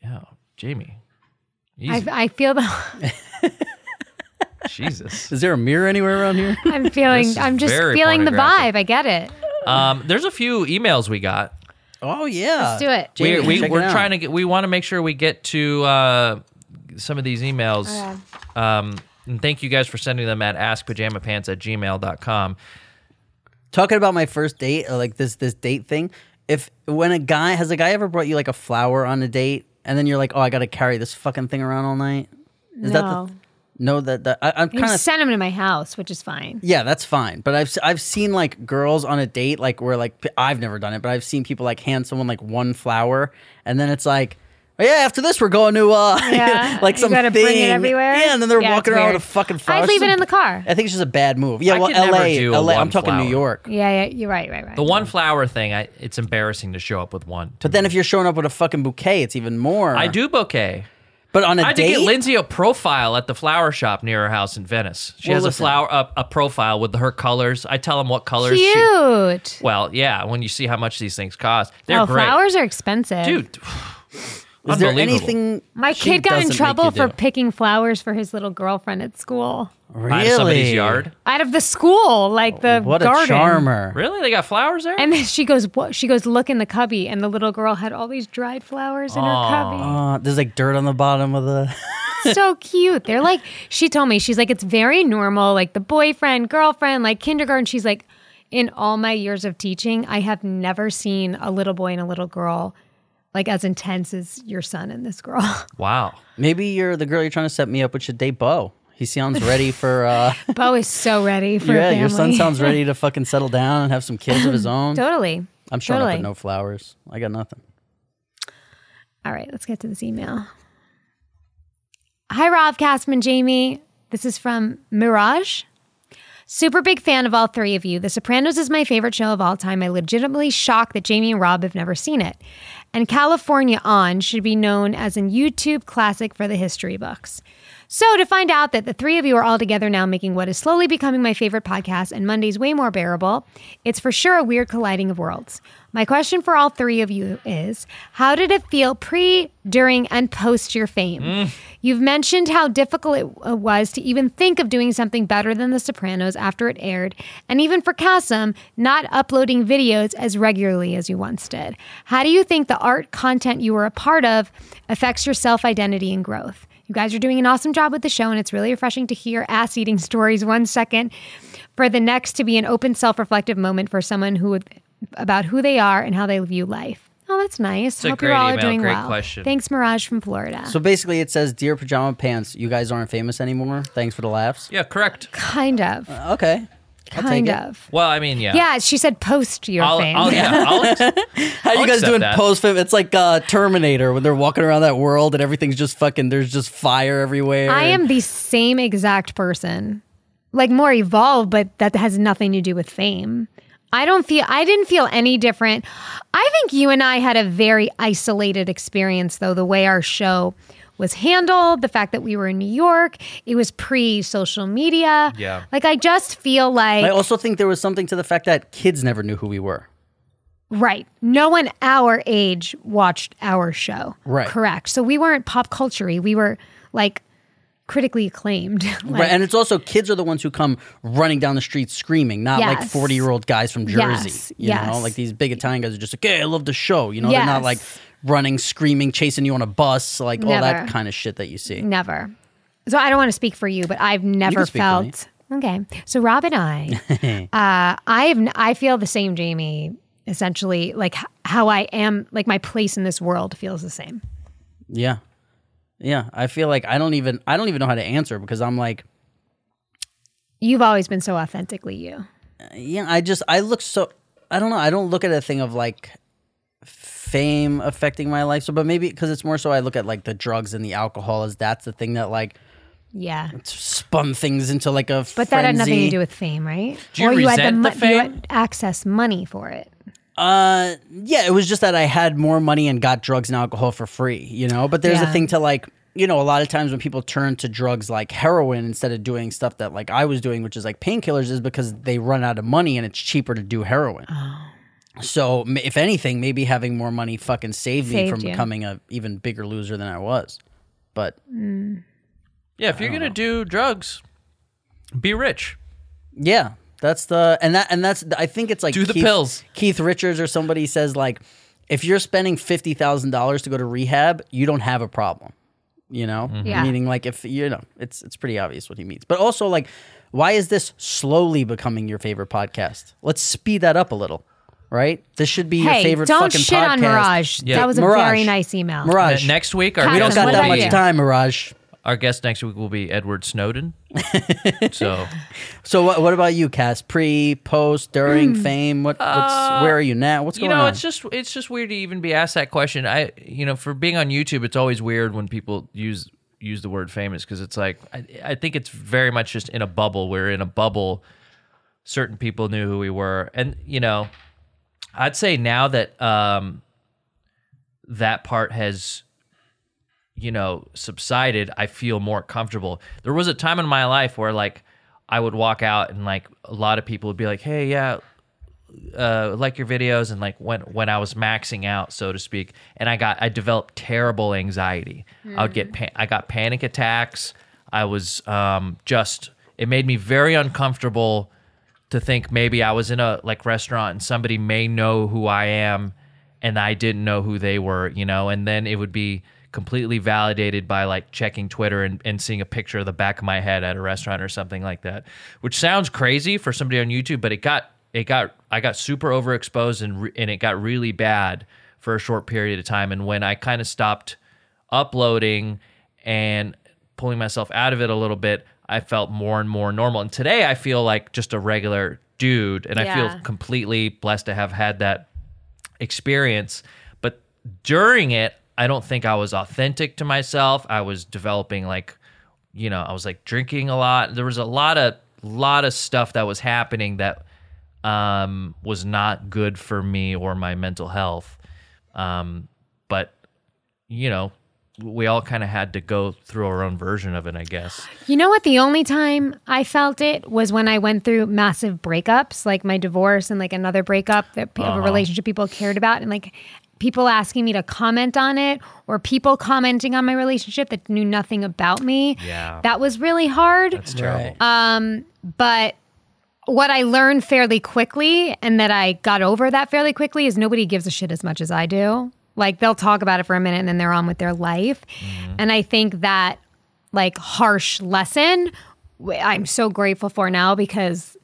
Speaker 3: Yeah, Oh, Jamie.
Speaker 2: I,
Speaker 3: Easy.
Speaker 2: I feel the.
Speaker 3: Jesus.
Speaker 1: Is there a mirror anywhere around here?
Speaker 2: I'm feeling.
Speaker 3: is
Speaker 2: I'm just
Speaker 3: very
Speaker 2: feeling the vibe.
Speaker 3: pornographic.
Speaker 2: I get it.
Speaker 3: Um, there's a few emails we got.
Speaker 1: oh yeah,
Speaker 2: Let's do it.
Speaker 1: Jamie,
Speaker 3: we, we
Speaker 1: check it
Speaker 3: we're
Speaker 1: out.
Speaker 3: trying to get. We want to make sure we get to uh, some of these emails. Um, and thank you guys for sending them at askpajamapants at gmail.com.
Speaker 1: talking about my first date, or like this this date thing. If when a guy has a guy ever brought you like a flower on a date, and then you're like, oh, I got to carry this fucking thing around all night. Is that
Speaker 2: No.
Speaker 1: the, no that that I, I'm
Speaker 2: You
Speaker 1: kind of
Speaker 2: sent him to my house, which is fine.
Speaker 1: Yeah, that's fine. But I've I've seen like girls on a date like where like p- I've never done it, but I've seen people like hand someone like one flower, and then it's like. "Oh, Yeah, after this we're going to uh
Speaker 2: Yeah,
Speaker 1: like
Speaker 2: you
Speaker 1: some
Speaker 2: gotta bring it
Speaker 1: thing."
Speaker 2: everywhere.
Speaker 1: Yeah, and then they're
Speaker 2: Yeah,
Speaker 1: walking
Speaker 2: it's
Speaker 1: around
Speaker 2: weird.
Speaker 1: with a fucking flower.
Speaker 2: I'd
Speaker 1: It's
Speaker 2: leave it
Speaker 1: just
Speaker 2: in the car.
Speaker 1: a- I think it's just a bad move. Yeah,
Speaker 3: I
Speaker 1: well,
Speaker 3: could never
Speaker 1: LA,
Speaker 3: do a
Speaker 1: LA. I'm
Speaker 3: one
Speaker 1: talking New
Speaker 3: flower.
Speaker 1: York.
Speaker 2: Yeah, yeah, you're right, right, right.
Speaker 3: The one flower thing, I, it's embarrassing to show up with one.
Speaker 1: But then if you're showing up with a fucking bouquet, it's even more.
Speaker 3: I do bouquet.
Speaker 1: But on a
Speaker 3: I had to
Speaker 1: date,
Speaker 3: get Lindsay a profile at the flower shop near her house in Venice. She
Speaker 1: Well,
Speaker 3: has
Speaker 1: listen.
Speaker 3: a flower a, a profile with her colors. I tell them what colors she
Speaker 2: Cute.
Speaker 3: Well, yeah, when you see how much these things cost, they're
Speaker 2: oh,
Speaker 3: great.
Speaker 2: flowers are expensive,
Speaker 3: Dude,
Speaker 1: Is there
Speaker 3: Unbelievable.
Speaker 1: anything
Speaker 2: My
Speaker 1: she
Speaker 2: kid got
Speaker 1: doesn't
Speaker 2: in
Speaker 1: make
Speaker 2: trouble
Speaker 1: you
Speaker 2: for
Speaker 1: do?
Speaker 2: picking flowers for his little girlfriend at school.
Speaker 1: really?
Speaker 3: Out of somebody's yard.
Speaker 2: Out of the school, like the
Speaker 1: What a
Speaker 2: garden.
Speaker 1: charmer!
Speaker 3: Really? They got flowers there?
Speaker 2: And then she goes, what? She goes, look in the cubby, and the little girl had all these dried flowers in her cubby.
Speaker 1: Uh, there's like dirt on the bottom of the.
Speaker 2: so cute. They're like, she told me, she's like, it's very normal, like the boyfriend, girlfriend, like kindergarten. She's like, in all my years of teaching, I have never seen a little boy and a little girl like as intense as your son and this girl.
Speaker 3: wow.
Speaker 1: Maybe you're the girl you're trying to set me up with should date Bo. He sounds ready for. uh
Speaker 2: Bo is so ready
Speaker 1: Yeah,
Speaker 2: for a family.
Speaker 1: your son sounds ready to fucking settle down and have some kids of his own.
Speaker 2: totally.
Speaker 1: I'm showing up
Speaker 2: totally.
Speaker 1: with no flowers. I got nothing.
Speaker 2: All right, let's get to this email. Hi, Rob, Castman, Jamie. This is from Mirage. Super big fan of all three of you. The Sopranos is my favorite show of all time. I legitimately shocked that Jamie and Rob have never seen it. And California On should be known as an YouTube classic for the history books. So to find out that the three of you are all together now making what is slowly becoming my favorite podcast and Monday's way more bearable, it's for sure a weird colliding of worlds. My question for all three of you is how did it feel pre, during, and post your fame? You've mentioned how difficult it uh, was to even think of doing something better than The Sopranos after it aired, and even for Kasim, not uploading videos as regularly as you once did. How do you think the art content you were a part of affects your self identity and growth? You guys are doing an awesome job with the show, and it's really refreshing to hear ass eating stories one second for the next to be an open self reflective moment for someone who would, about who they are and how they view life. Oh, that's nice.
Speaker 3: a
Speaker 2: Hope you're
Speaker 3: great
Speaker 2: all
Speaker 3: email.
Speaker 2: doing
Speaker 3: Great
Speaker 2: well.
Speaker 3: question.
Speaker 2: Thanks, Mirage from Florida.
Speaker 1: So basically, it says, "Dear pajama pants, you guys aren't famous anymore. Thanks for the laughs."
Speaker 3: Yeah, correct.
Speaker 2: kind of.
Speaker 1: Okay, I'll
Speaker 2: kind
Speaker 1: take it.
Speaker 2: of.
Speaker 3: Well, I mean, yeah.
Speaker 2: Yeah, she said post your
Speaker 3: I'll,
Speaker 2: fame.
Speaker 3: I'll, yeah, I'll ex-
Speaker 1: How
Speaker 3: I'll
Speaker 1: you guys
Speaker 3: accept
Speaker 1: doing
Speaker 3: that.
Speaker 1: post fame? It's like uh, Terminator when they're walking around that world and everything's just fucking. There's just fire everywhere.
Speaker 2: I am the same exact person, like more evolved, but that has nothing to do with fame. I don't feel, I didn't feel any different. I think you and I had a very isolated experience, though, the way our show was handled, the fact that we were in New York, it was pre social media.
Speaker 3: Yeah.
Speaker 2: Like, I just feel like,
Speaker 1: I also think there was something to the fact that kids never knew who we were.
Speaker 2: right, no one our age watched our show.
Speaker 1: Right.
Speaker 2: Correct. So we weren't pop culture We were like critically acclaimed. like,
Speaker 1: right. And it's also kids are the ones who come running down the street screaming, not like
Speaker 2: Yes.
Speaker 1: 40 year old guys from Jersey.
Speaker 2: Yes,
Speaker 1: You know,
Speaker 2: yes.
Speaker 1: like these big Italian guys are just like, hey, I love the show. You know, they're not
Speaker 2: Yes.
Speaker 1: like running, screaming, chasing you on a bus, like all that
Speaker 2: Never.
Speaker 1: kind of shit that you see.
Speaker 2: Never. So I don't want to speak for you, but I've never
Speaker 1: speak for me.
Speaker 2: felt okay. So Rob and I, uh, I have, n- I feel the same, Jamie. Essentially, like h- how I am, like my place in this world feels the same.
Speaker 1: Yeah. Yeah. I feel like I don't even, I don't even know how to answer because I'm like,
Speaker 2: You've always been so authentically you.
Speaker 1: yeah, I just, I look so, I don't know. I don't look at a thing of like, fame affecting my life so but maybe because it's more so i look at like the drugs and the alcohol as that's the thing that like
Speaker 2: Yeah,
Speaker 1: spun things into like a
Speaker 2: but that had nothing to do with fame, right?
Speaker 3: Do you
Speaker 2: you had
Speaker 3: resent the
Speaker 2: You
Speaker 3: fame?
Speaker 2: had access money for it.
Speaker 1: Uh, yeah, it was just that I had more money and got drugs and alcohol for free, you know. But there's a
Speaker 2: Yeah.
Speaker 1: thing to like, you know, a lot of times when people turn to drugs like heroin instead of doing stuff that like I was doing, which is like painkillers, is because they run out of money and it's cheaper to do heroin.
Speaker 2: Oh.
Speaker 1: So m- if anything, maybe having more money fucking saved, me
Speaker 2: Saved
Speaker 1: from
Speaker 2: you.
Speaker 1: becoming a even bigger loser than I was. But
Speaker 3: yeah, if you're going to do drugs, be rich.
Speaker 1: Yeah, that's the and that and that's I think it's like
Speaker 3: Do the pills.
Speaker 1: Keith Richards or somebody says like, if you're spending fifty thousand dollars to go to rehab, you don't have a problem. You know,
Speaker 2: Yeah.
Speaker 1: meaning like if you know, it's it's pretty obvious what he means. But also like, why is this slowly becoming your favorite podcast? Let's speed that up a little, right? This should be your
Speaker 2: Hey,
Speaker 1: favorite
Speaker 2: don't
Speaker 1: fucking
Speaker 2: shit
Speaker 1: podcast.
Speaker 2: on Mirage.
Speaker 3: Yeah.
Speaker 2: That was a
Speaker 1: Mirage.
Speaker 2: very nice email.
Speaker 1: Mirage.
Speaker 3: Ne- Uh, next week, our
Speaker 2: We
Speaker 1: we don't
Speaker 3: guest
Speaker 1: got
Speaker 2: What
Speaker 3: will
Speaker 1: that
Speaker 2: about
Speaker 1: much
Speaker 2: you?
Speaker 3: be,
Speaker 1: time, Mirage.
Speaker 3: Our guest next week will be Edward Snowden. so
Speaker 1: So what, what about you, Cass? Pre, post,
Speaker 2: Mm.
Speaker 1: during, fame? What? What's, where are you now? What's
Speaker 3: Uh, you
Speaker 1: going
Speaker 3: know,
Speaker 1: on?
Speaker 3: it's just it's just weird to even be asked that question. I you know, for being on YouTube, it's always weird when people use use the word famous because it's like I, I think it's very much just in a bubble. We're in a bubble. Certain people knew who we were, and you know, I'd say now that um, that part has you know subsided i feel more comfortable there was a time in my life where like i would walk out and like a lot of people would be like hey yeah uh, like your videos and like when when I was maxing out, so to speak, and I got I developed terrible anxiety. I would get pan- I got panic attacks. I was um, just it made me very uncomfortable to think maybe I was in a like restaurant and somebody may know who I am and I didn't know who they were, you know, and then it would be completely validated by like checking Twitter and, and seeing a picture of the back of my head at a restaurant or something like that. Which sounds crazy for somebody on YouTube, but it got it got I got super overexposed and re- and it got really bad for a short period of time and when I kind of stopped uploading and pulling myself out of it a little bit, I felt more and more normal. And today I feel like just a regular dude and I
Speaker 2: Yeah.
Speaker 3: feel completely blessed to have had that experience. But during it, I don't think I was authentic to myself. I was developing like, you know, I was like drinking a lot. There was a lot of lot of stuff that was happening that um, was not good for me or my mental health. Um, but you know, we all kind of had to go through our own version of it, I guess.
Speaker 2: You know what? The only time I felt it was when I went through massive breakups, like my divorce and like another breakup that pe-
Speaker 1: Uh-huh.
Speaker 2: of a relationship people cared about, and like people asking me to comment on it or people commenting on my relationship that knew nothing about me.
Speaker 3: Yeah.
Speaker 2: That was really hard.
Speaker 3: It's terrible.
Speaker 2: Uh, but what I learned fairly quickly and that I got over that fairly quickly is nobody gives a shit as much as I do. Like they'll talk about it for a minute and then they're on with their life. And I think that like harsh lesson w- I'm so grateful for now because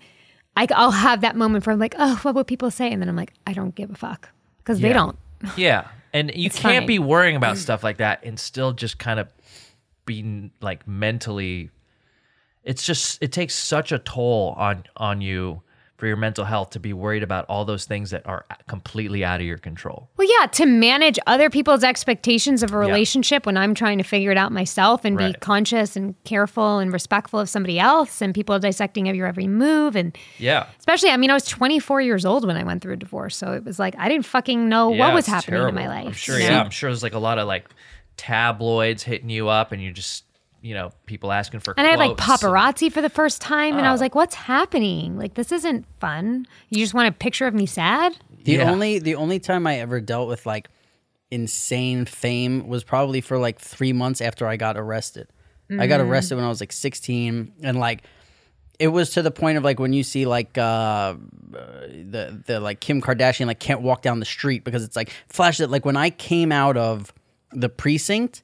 Speaker 2: I, I'll have that moment where I'm like, oh, what would people say? And then I'm like, I don't give a fuck because they
Speaker 3: Yeah.
Speaker 2: don't.
Speaker 3: Yeah. And you
Speaker 2: It's
Speaker 3: can't
Speaker 2: fine.
Speaker 3: be worrying about stuff like that and still just kind of be like mentally it's just it takes such a toll on on you for your mental health to be worried about all those things that are completely out of your control.
Speaker 2: Well, yeah, to manage other people's expectations of a relationship when I'm trying to figure it out myself and be
Speaker 3: Right.
Speaker 2: conscious and careful and respectful of somebody else and people dissecting of your every move and
Speaker 3: Yeah.
Speaker 2: especially I mean I was 24 years old when I went through a divorce, so it was like I didn't fucking know
Speaker 3: Yeah,
Speaker 2: what was
Speaker 3: it's
Speaker 2: happening in my
Speaker 3: terrible.
Speaker 2: life.
Speaker 3: I'm sure
Speaker 2: you know?
Speaker 3: yeah, I'm sure there's like a lot of like tabloids hitting you up and you just you know, people asking for
Speaker 2: And I had like
Speaker 3: quotes and-
Speaker 2: paparazzi for the first time, and I
Speaker 3: Oh.
Speaker 2: was like, "What's happening? Like, this isn't fun. You just want a picture of me sad."
Speaker 1: The
Speaker 3: Yeah.
Speaker 1: only the only time I ever dealt with like insane fame was probably for like three months after I got arrested. I got arrested when I was like 16, and like it was to the point of like when you see like uh, uh, the the like Kim Kardashian like can't walk down the street because it's like flash it like when I came out of the precinct.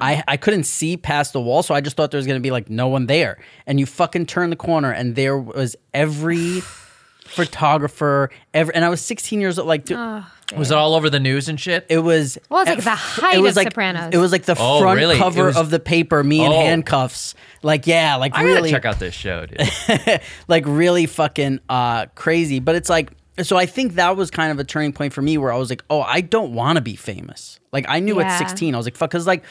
Speaker 1: I, I couldn't see past the wall, so I just thought there was gonna be like no one there. And you fucking turn the corner, and there was every photographer, every, and I was 16 years old. Like, dude,
Speaker 3: Was it all over the news and shit?
Speaker 1: it was.
Speaker 2: Well, it's like
Speaker 1: at
Speaker 2: the
Speaker 1: f-
Speaker 2: height
Speaker 1: it was
Speaker 2: of
Speaker 1: like,
Speaker 2: Sopranos.
Speaker 1: It was like the
Speaker 3: Oh,
Speaker 1: front
Speaker 3: really? It
Speaker 1: cover
Speaker 3: was-
Speaker 1: of the paper, me in
Speaker 3: Oh.
Speaker 1: handcuffs. Like, yeah, like
Speaker 3: I gotta
Speaker 1: really,
Speaker 3: check out this show, dude.
Speaker 1: like really fucking uh, crazy. But it's like, so I think that was kind of a turning point for me where I was like, oh, I don't want to be famous. Like, I knew
Speaker 2: Yeah.
Speaker 1: at 16, I was like, fuck, because like.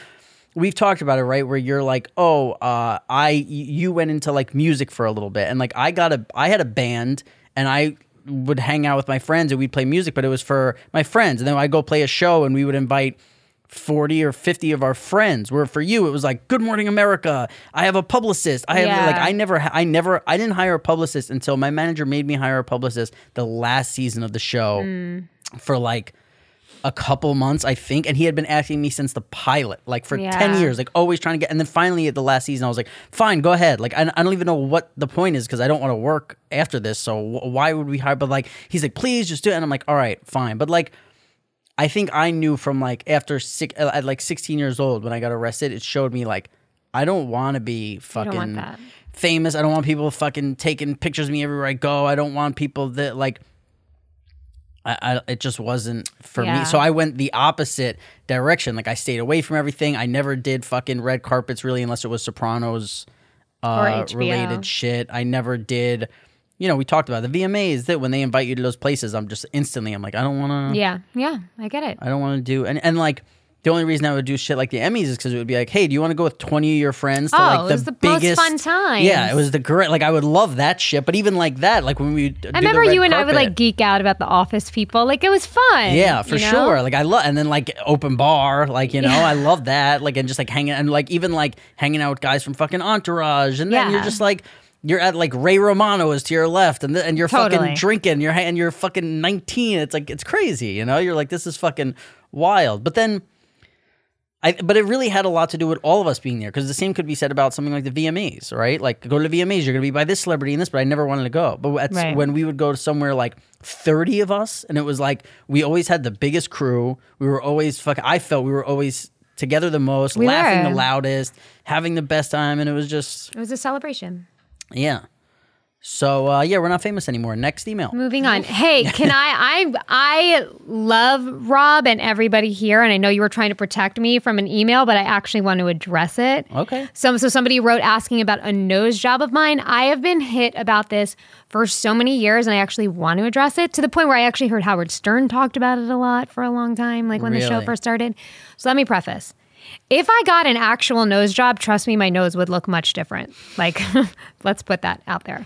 Speaker 1: We've talked about it, right? Where you're like, oh, uh, I, y- you went into like music for a little bit, and like I got a, I had a band, and I would hang out with my friends and we'd play music, but it was for my friends, and then I'd go play a show, and we would invite 40 or 50 of our friends where for you it was like good morning america i have a publicist i have
Speaker 2: Yeah.
Speaker 1: like i never i never i didn't hire a publicist until my manager made me hire a publicist the last season of the show
Speaker 2: Mm.
Speaker 1: for like a couple months i think and he had been asking me since the pilot like for
Speaker 2: Yeah.
Speaker 1: 10 years like always trying to get and then finally at the last season i was like fine go ahead like i, I don't even know what the point is because i don't want to work after this so wh- why would we hire but like he's like please just do it and i'm like all right fine but like I think I knew from like after six uh, at like 16 years old when I got arrested, it showed me like I don't want to be
Speaker 2: want
Speaker 1: fucking
Speaker 2: that.
Speaker 1: famous. I don't want people fucking taking pictures of me everywhere I go. I don't want people that like I, I it just wasn't for
Speaker 2: Yeah.
Speaker 1: me. So I went the opposite direction. Like I stayed away from everything. I never did fucking red carpets really unless it was Sopranos uh,
Speaker 2: HBO.
Speaker 1: related shit. I never did. You know, we talked about the VMAs that when they invite you to those places, I'm just instantly I'm like I don't want
Speaker 3: Hmm.
Speaker 1: to
Speaker 2: Yeah, yeah, I get it.
Speaker 1: I don't want to do and and like the only reason I would do shit like the Emmys is because it would be like, hey, do you want to go with twenty of your friends to
Speaker 2: Oh,
Speaker 1: like
Speaker 2: it
Speaker 1: the
Speaker 2: was the most
Speaker 1: biggest
Speaker 2: fun times.
Speaker 1: Yeah, it was the great. Like I would love that shit, but even like that, like when we
Speaker 2: I remember you and I would like geek out about the office people. Like it was fun.
Speaker 1: yeah, for
Speaker 2: you know?
Speaker 1: sure. Like I love, and then like open bar, like you know, I love that. Like and just like hanging and like even like hanging out with guys from fucking Entourage, and then
Speaker 2: Yeah.
Speaker 1: you're just like, you're at like Ray Romano is to your left, and th- and you're
Speaker 2: Totally.
Speaker 1: fucking drinking, you're ha- and you're fucking 19. It's like it's crazy, you know. You're like this is fucking wild. But then, I but it really had a lot to do with all of us being there because the same could be said about something like the VMAs, right? Like go to the VMAs, you're gonna be by this celebrity and this, but I never wanted to go. But that's
Speaker 2: Right.
Speaker 1: when we would go to somewhere like 30 of us, and it was like we always had the biggest crew. We were always fuck. I felt we were always together the most,
Speaker 2: We
Speaker 1: laughing
Speaker 2: were.
Speaker 1: the loudest, having the best time, and it was just.
Speaker 2: It was a celebration.
Speaker 1: Yeah. So uh, yeah, we're not famous anymore. Next email.
Speaker 2: Moving on. Hey, can I? I I love Rob and everybody here, and I know you were trying to protect me from an email, but I actually want to address it.
Speaker 1: Okay.
Speaker 2: Some so somebody wrote asking about a nose job of mine. I have been hit about this for so many years, and I actually want to address it to the point where I actually heard Howard Stern talked about it a lot for a long time, like when the show
Speaker 1: Really?
Speaker 2: first started. So let me preface. If I got an actual nose job, trust me, my nose would look much different. Like, let's put that out there.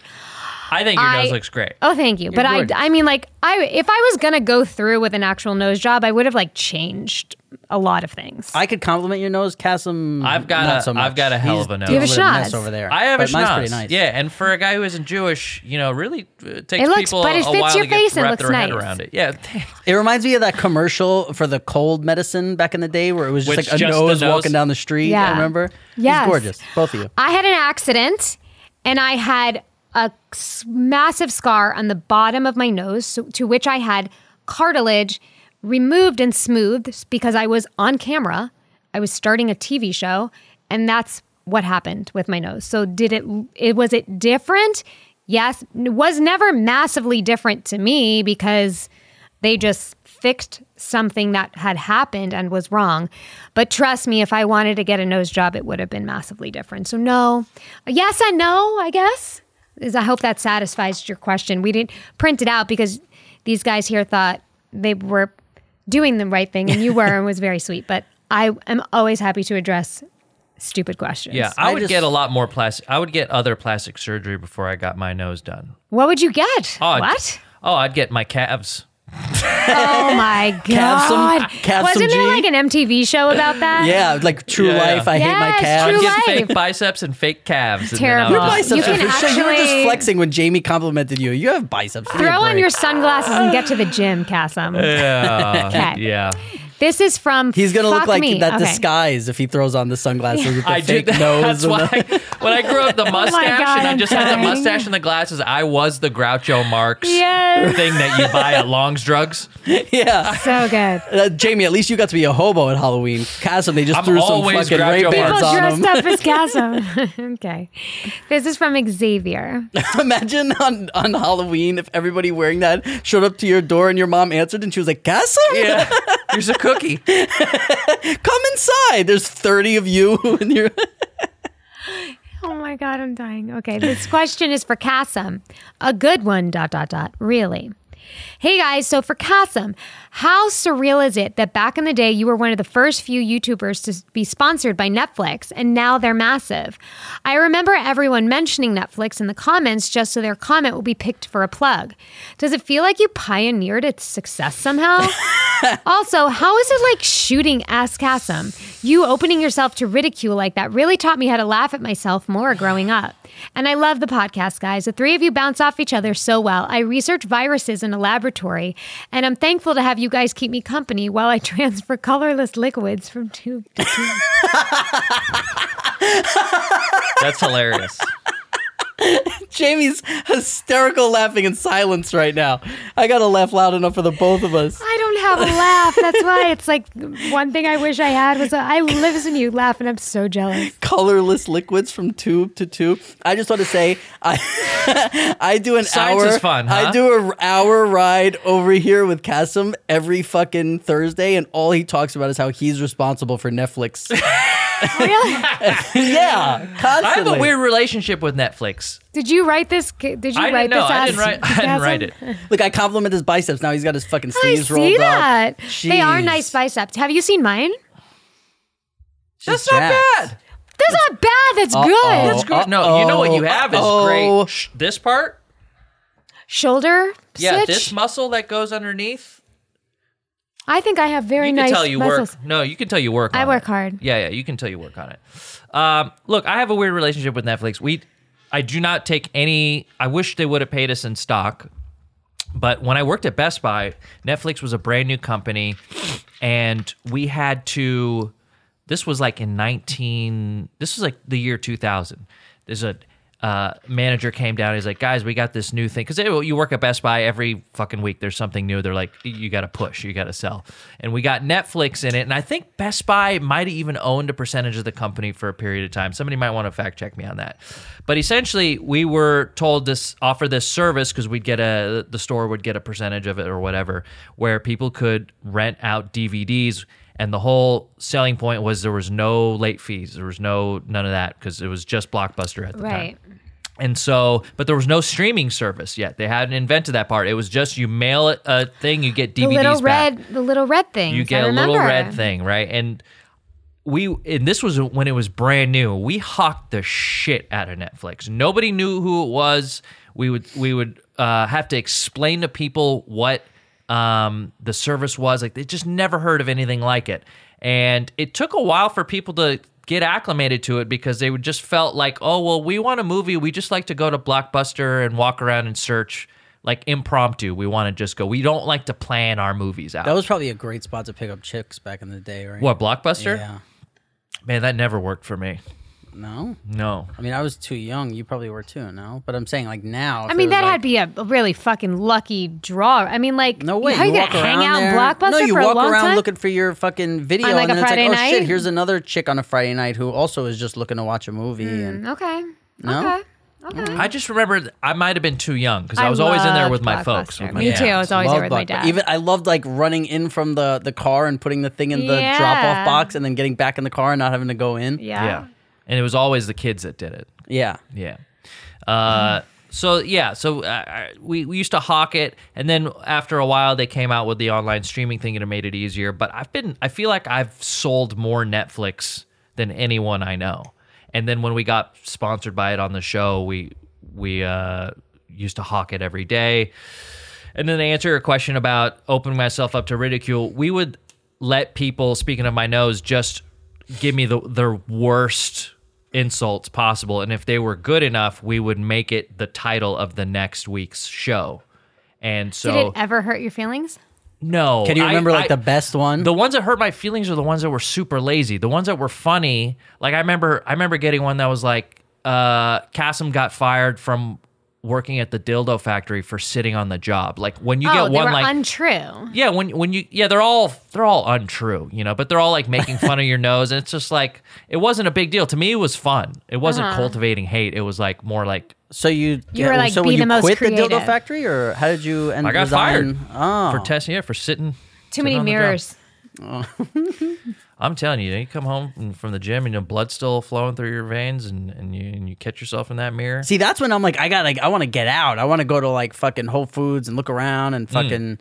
Speaker 3: I think your
Speaker 2: I-
Speaker 3: nose looks great.
Speaker 2: Oh, thank you. But I,
Speaker 1: good.
Speaker 2: I mean, like, I if I was gonna go through with an actual nose job, I would have like changed a lot of things.
Speaker 1: I could compliment your nose, Casim.
Speaker 3: I've got
Speaker 1: not
Speaker 3: a-
Speaker 1: so much.
Speaker 3: I've got a hell of a nose.
Speaker 1: You
Speaker 3: You
Speaker 2: have a schnoz.
Speaker 1: over there.
Speaker 3: I have
Speaker 1: but
Speaker 3: a
Speaker 1: Mine's
Speaker 3: schnoz.
Speaker 1: pretty nice.
Speaker 3: Yeah, and for a guy who isn't Jewish, you know, really uh, takes
Speaker 2: It looks-
Speaker 3: people
Speaker 2: but it
Speaker 3: a
Speaker 2: fits
Speaker 3: while
Speaker 2: your
Speaker 3: to get
Speaker 2: face and
Speaker 3: wrap
Speaker 2: looks
Speaker 3: their head
Speaker 2: nice.
Speaker 3: around it. Yeah, thanks.
Speaker 1: It reminds me of that commercial for the cold medicine back in the day, where it was just
Speaker 3: Which
Speaker 1: like a
Speaker 3: just the
Speaker 1: nose,
Speaker 3: nose.
Speaker 1: walking down the street.
Speaker 2: Yeah.
Speaker 1: I remember.
Speaker 2: Yes.
Speaker 1: It's gorgeous, both of you.
Speaker 2: I had an accident, and I had a s- massive scar on the bottom of my nose, so, to which I had cartilage removed and smoothed because I was on camera. I was starting a TV show, and that's what happened with my nose. So did it? It was it different? Yes, N- was never massively different to me because they just fixed something that had happened and was wrong. But trust me, if I wanted to get a nose job, it would have been massively different. So no, yes and no, I guess. Is I hope that satisfies your question. We didn't print it out because these guys here thought they were doing the right thing, and you were, and was very sweet. But I am always happy to address stupid questions.
Speaker 3: yeah. I,
Speaker 1: I
Speaker 3: would
Speaker 1: just-
Speaker 3: get a lot more plastic. I would get other plastic surgery before I got my nose done.
Speaker 2: What would you get?
Speaker 3: Oh, I'd-
Speaker 2: What?
Speaker 3: Oh, I'd get my calves.
Speaker 2: Oh my
Speaker 1: Calve some-
Speaker 2: god!
Speaker 1: calve some
Speaker 2: Wasn't there
Speaker 1: G?
Speaker 2: like an MTV show about that?
Speaker 1: Yeah, like True
Speaker 3: Yeah, yeah.
Speaker 1: Life. I hate my
Speaker 2: Yes,
Speaker 1: calves.
Speaker 2: True
Speaker 3: I'd
Speaker 2: life.
Speaker 3: get fake biceps and fake calves.
Speaker 2: Terrible. Your
Speaker 3: And then I'll just-
Speaker 1: Biceps
Speaker 2: You can
Speaker 1: are for sure. you were
Speaker 2: actually-
Speaker 1: just flexing when Jamie complimented you. You have biceps. Give me a
Speaker 2: Throw on
Speaker 1: break.
Speaker 2: your sunglasses and get to the gym, Cassim.
Speaker 3: yeah.
Speaker 2: Okay.
Speaker 3: yeah.
Speaker 2: This is from
Speaker 1: He's gonna look
Speaker 2: Fuck
Speaker 1: like
Speaker 2: Me.
Speaker 1: that
Speaker 2: Okay.
Speaker 1: disguise if he throws on the sunglasses with the
Speaker 3: I
Speaker 1: fake
Speaker 3: did. That,
Speaker 1: nose.
Speaker 3: that's
Speaker 1: and
Speaker 3: why
Speaker 1: the-
Speaker 3: when I grew up, the mustache
Speaker 2: Oh God,
Speaker 3: and I
Speaker 2: I'm
Speaker 3: just had the
Speaker 2: dying.
Speaker 3: mustache and the glasses. I was the Groucho Marx
Speaker 2: Yes.
Speaker 3: thing that you buy at Long's Drugs.
Speaker 1: yeah.
Speaker 2: So good.
Speaker 1: Uh, Jamie, at least you got to be a hobo at Halloween. Chasm, they just
Speaker 3: I'm
Speaker 1: threw some
Speaker 3: always
Speaker 1: fucking
Speaker 3: Groucho
Speaker 1: rape bands
Speaker 3: Marx.
Speaker 2: People
Speaker 1: on
Speaker 2: dressed
Speaker 1: him.
Speaker 2: up as Chasm. okay. This is from Xavier.
Speaker 1: Imagine on, on Halloween if everybody wearing that showed up to your door and your mom answered and she was like, Chasm,
Speaker 3: Yeah. Here's a cookie.
Speaker 1: come inside. There's 30 of you and you're.
Speaker 2: Oh my God, I'm dying. Okay. This question is for Cassim. A good one, dot, dot, dot. Really. Hey guys, so for Cassim, how surreal is it that back in the day you were one of the first few YouTubers to be sponsored by Netflix and now they're massive? I remember everyone mentioning Netflix in the comments just so their comment will be picked for a plug. Does it feel like you pioneered its success somehow? Also, how is it like shooting ass Cassim? You opening yourself to ridicule like that really taught me how to laugh at myself more growing up. And I love the podcast, guys. The three of you bounce off each other so well. I research viruses in a laboratory, and I'm thankful to have you guys keep me company while I transfer colorless liquids from tube to tube.
Speaker 3: That's hilarious.
Speaker 1: Jamie's hysterical laughing in silence right now. I got to laugh loud enough for the both of us.
Speaker 2: I don't have a laugh. That's why it's like one thing I wish I had was a, I lives in you laugh, and I'm so jealous.
Speaker 1: Colorless liquids from tube to tube. I just want to say, I I do an
Speaker 3: Science
Speaker 1: hour.
Speaker 3: is fun, huh?
Speaker 1: I do an hour ride over here with Kasim every fucking Thursday, and all he talks about is how he's responsible for Netflix.
Speaker 2: Really?
Speaker 1: yeah, constantly.
Speaker 3: I have a weird relationship with Netflix.
Speaker 2: Did you write this? Did you
Speaker 3: I
Speaker 2: write
Speaker 3: didn't know.
Speaker 2: this?
Speaker 3: I didn't
Speaker 2: ass
Speaker 3: write. I didn't write
Speaker 2: Cassim?
Speaker 3: it.
Speaker 1: Look, I compliment his biceps. Now he's got his fucking
Speaker 2: I
Speaker 1: sleeves rolled
Speaker 2: see that.
Speaker 1: up.
Speaker 2: They are
Speaker 1: Jeez.
Speaker 2: nice biceps. Have you seen mine?
Speaker 1: She's
Speaker 3: That's not
Speaker 1: jacked.
Speaker 3: bad.
Speaker 2: That's not bad. That's good.
Speaker 3: That's great. No, you know what you have is
Speaker 1: Uh-oh.
Speaker 3: great. Oh, Shh, This part,
Speaker 2: Shoulder.
Speaker 3: yeah,
Speaker 2: stitch.
Speaker 3: this muscle that goes underneath.
Speaker 2: I think I have very
Speaker 3: You
Speaker 2: nice
Speaker 3: can tell you
Speaker 2: muscles.
Speaker 3: work. No, you can tell you work. On
Speaker 2: I work
Speaker 3: it.
Speaker 2: hard.
Speaker 3: Yeah, yeah, you can tell you work on it. Um, look, I have a weird relationship with Netflix. We, I do not take any. I wish they would have paid us in stock. But when I worked at Best Buy, Netflix was a brand new company, and we had to. This was like in nineteen. This was like the year two thousand. There's a uh, manager came down. He's like, "Guys, we got this new thing." Because you work at Best Buy every fucking week. There's something new. They're like, "You got to push. You got to sell." And we got Netflix in it. And I think Best Buy might have even owned a percentage of the company for a period of time. Somebody might want to fact check me on that. But essentially, we were told this offer this service because we'd get a the store would get a percentage of it or whatever, where people could rent out DVDs and the whole selling point was there was no late fees there was no none of that because it was just blockbuster at the
Speaker 2: Right.
Speaker 3: time and so but there was no streaming service yet they hadn't invented that part it was just you mail it a thing you get dvds
Speaker 2: The little
Speaker 3: back.
Speaker 2: red, the little red thing.
Speaker 3: you get a little red thing right and we and this was when it was brand new we hawked the shit out of netflix nobody knew who it was we would we would uh, have to explain to people what um, the service was like they just never heard of anything like it and it took a while for people to get acclimated to it because they would just felt like oh well we want a movie we just like to go to blockbuster and walk around and search like impromptu we want to just go we don't like to plan our movies out
Speaker 1: That was probably a great spot to pick up chicks back in the day, right?
Speaker 3: what blockbuster
Speaker 1: Yeah.
Speaker 3: Man, that never worked for me.
Speaker 1: No.
Speaker 3: No.
Speaker 1: I mean, I was too young. You probably were too. No, but I'm saying like now.
Speaker 2: I mean, that had to be a really fucking lucky draw. I mean, like,
Speaker 1: No way.
Speaker 2: How you,
Speaker 1: walk
Speaker 2: gonna hang
Speaker 1: around
Speaker 2: out in
Speaker 1: there.
Speaker 2: Blockbuster
Speaker 1: No, you
Speaker 2: for
Speaker 1: walk
Speaker 2: a long
Speaker 1: around
Speaker 2: time?
Speaker 1: looking for your fucking video,
Speaker 2: On, like,
Speaker 1: and then
Speaker 2: a
Speaker 1: it's like,
Speaker 2: Friday
Speaker 1: oh shit,
Speaker 2: night?
Speaker 1: here's another chick on a Friday night who also is just looking to watch a movie.
Speaker 2: Mm.
Speaker 1: And
Speaker 2: okay.
Speaker 1: No?
Speaker 2: Okay. Okay.
Speaker 3: I just remember th- I might have been too young because I,
Speaker 2: I
Speaker 3: was always in there
Speaker 2: loved
Speaker 3: with my folks.
Speaker 2: Blockbuster.
Speaker 3: with my
Speaker 2: Me too. I
Speaker 3: dads.
Speaker 2: was always there
Speaker 1: Love
Speaker 2: with my
Speaker 1: Blockbuster.
Speaker 2: dad.
Speaker 1: Even I loved like running in from the the car and putting the thing in the
Speaker 2: Yeah.
Speaker 1: drop off box, and then getting back in the car and not having to go in.
Speaker 2: yeah.
Speaker 3: Yeah. And it was always the kids that did it.
Speaker 1: Yeah.
Speaker 3: Yeah. Uh, So yeah, so uh, I- we we used to hawk it, and then after a while they came out with the online streaming thing and it made it easier. But I've been I feel like I've sold more Netflix than anyone I know. And then when we got sponsored by it on the show, we we uh, used to hawk it every day. And then to answer your question about opening myself up to ridicule, we would let people, speaking of my nose, just give me the their worst insults possible. And if they were good enough, we would make it the title of the next week's show. And
Speaker 2: Did
Speaker 3: so
Speaker 2: it ever hurt your feelings?
Speaker 3: no.
Speaker 1: Can you
Speaker 3: I-
Speaker 1: remember like
Speaker 3: I-
Speaker 1: the best one?
Speaker 3: the ones that hurt my feelings are the ones that were super lazy. The ones that were funny, like I remember, I remember getting one that was like, uh, Cassim got fired from working at the dildo factory for sitting on the job. Like when you
Speaker 2: oh,
Speaker 3: get
Speaker 2: they
Speaker 3: one
Speaker 2: were
Speaker 3: like
Speaker 2: untrue.
Speaker 3: yeah, when when you yeah, they're all they're all untrue, you know, but they're all like making fun of your nose, and it's just like it wasn't a big deal to me. It was fun. It wasn't
Speaker 1: Uh-huh.
Speaker 3: cultivating hate. It was like more like
Speaker 1: so you
Speaker 2: You were, like,
Speaker 1: so
Speaker 2: be
Speaker 1: when
Speaker 2: the
Speaker 1: you
Speaker 2: most
Speaker 1: quit the dildo
Speaker 2: creative.
Speaker 1: factory, or how did you end?
Speaker 3: I got
Speaker 1: resign?
Speaker 3: fired
Speaker 1: Oh,
Speaker 3: for testing it for sitting.
Speaker 2: Too many
Speaker 3: on the job.
Speaker 2: mirrors.
Speaker 3: I'm telling you, you come home from- from the gym and your blood's still flowing through your veins, and and you and you catch yourself in that mirror.
Speaker 1: See, that's when I'm like, I got like, I want to get out. I want to go to like fucking Whole Foods and look around
Speaker 3: Mm.
Speaker 1: and fucking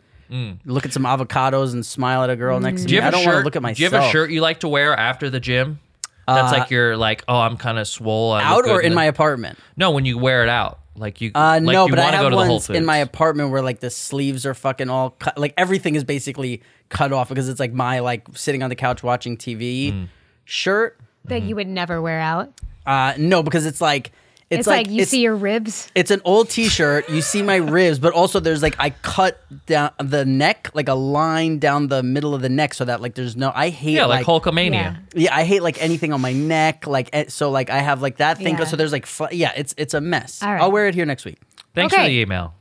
Speaker 1: look at some avocados and smile at a girl
Speaker 2: Mm.
Speaker 1: next to
Speaker 3: Do you
Speaker 1: me.
Speaker 3: have
Speaker 1: I
Speaker 3: a
Speaker 1: don't want
Speaker 3: shirt?
Speaker 1: to look at myself. Uh,
Speaker 3: Do you have a shirt you like to wear after the gym? That's like you're like, oh, I'm kind of swole. I look
Speaker 1: out
Speaker 3: good
Speaker 1: or in
Speaker 3: the-"
Speaker 1: my apartment?
Speaker 3: no when you wear it out, like you.
Speaker 1: Uh,
Speaker 3: like
Speaker 1: no,
Speaker 3: you
Speaker 1: but I
Speaker 3: wanna go
Speaker 1: have
Speaker 3: to the Whole
Speaker 1: ones in
Speaker 3: Foods.
Speaker 1: my apartment where like the sleeves are fucking all cut. Like everything is basically cut off because it's like my like sitting on the couch watching TV
Speaker 3: Mm.
Speaker 1: shirt.
Speaker 3: Mm-hmm.
Speaker 2: That you would never wear out.
Speaker 1: Uh, no, because it's like it's,
Speaker 2: It's, like, you
Speaker 1: it's-
Speaker 2: see your ribs.
Speaker 1: it's an old t-shirt you see my ribs but also there's like i cut down the neck like a line down the middle of the neck so that like there's no i hate
Speaker 3: yeah, like,
Speaker 1: like,
Speaker 3: Hulkamania.
Speaker 2: Yeah.
Speaker 1: yeah i hate like anything on my neck like eh, so like i have like that thing
Speaker 2: Yeah.
Speaker 1: so there's like fl- yeah it's it's a mess
Speaker 2: All right.
Speaker 1: i'll wear it here next week
Speaker 3: Thanks for
Speaker 2: Okay.
Speaker 3: the email.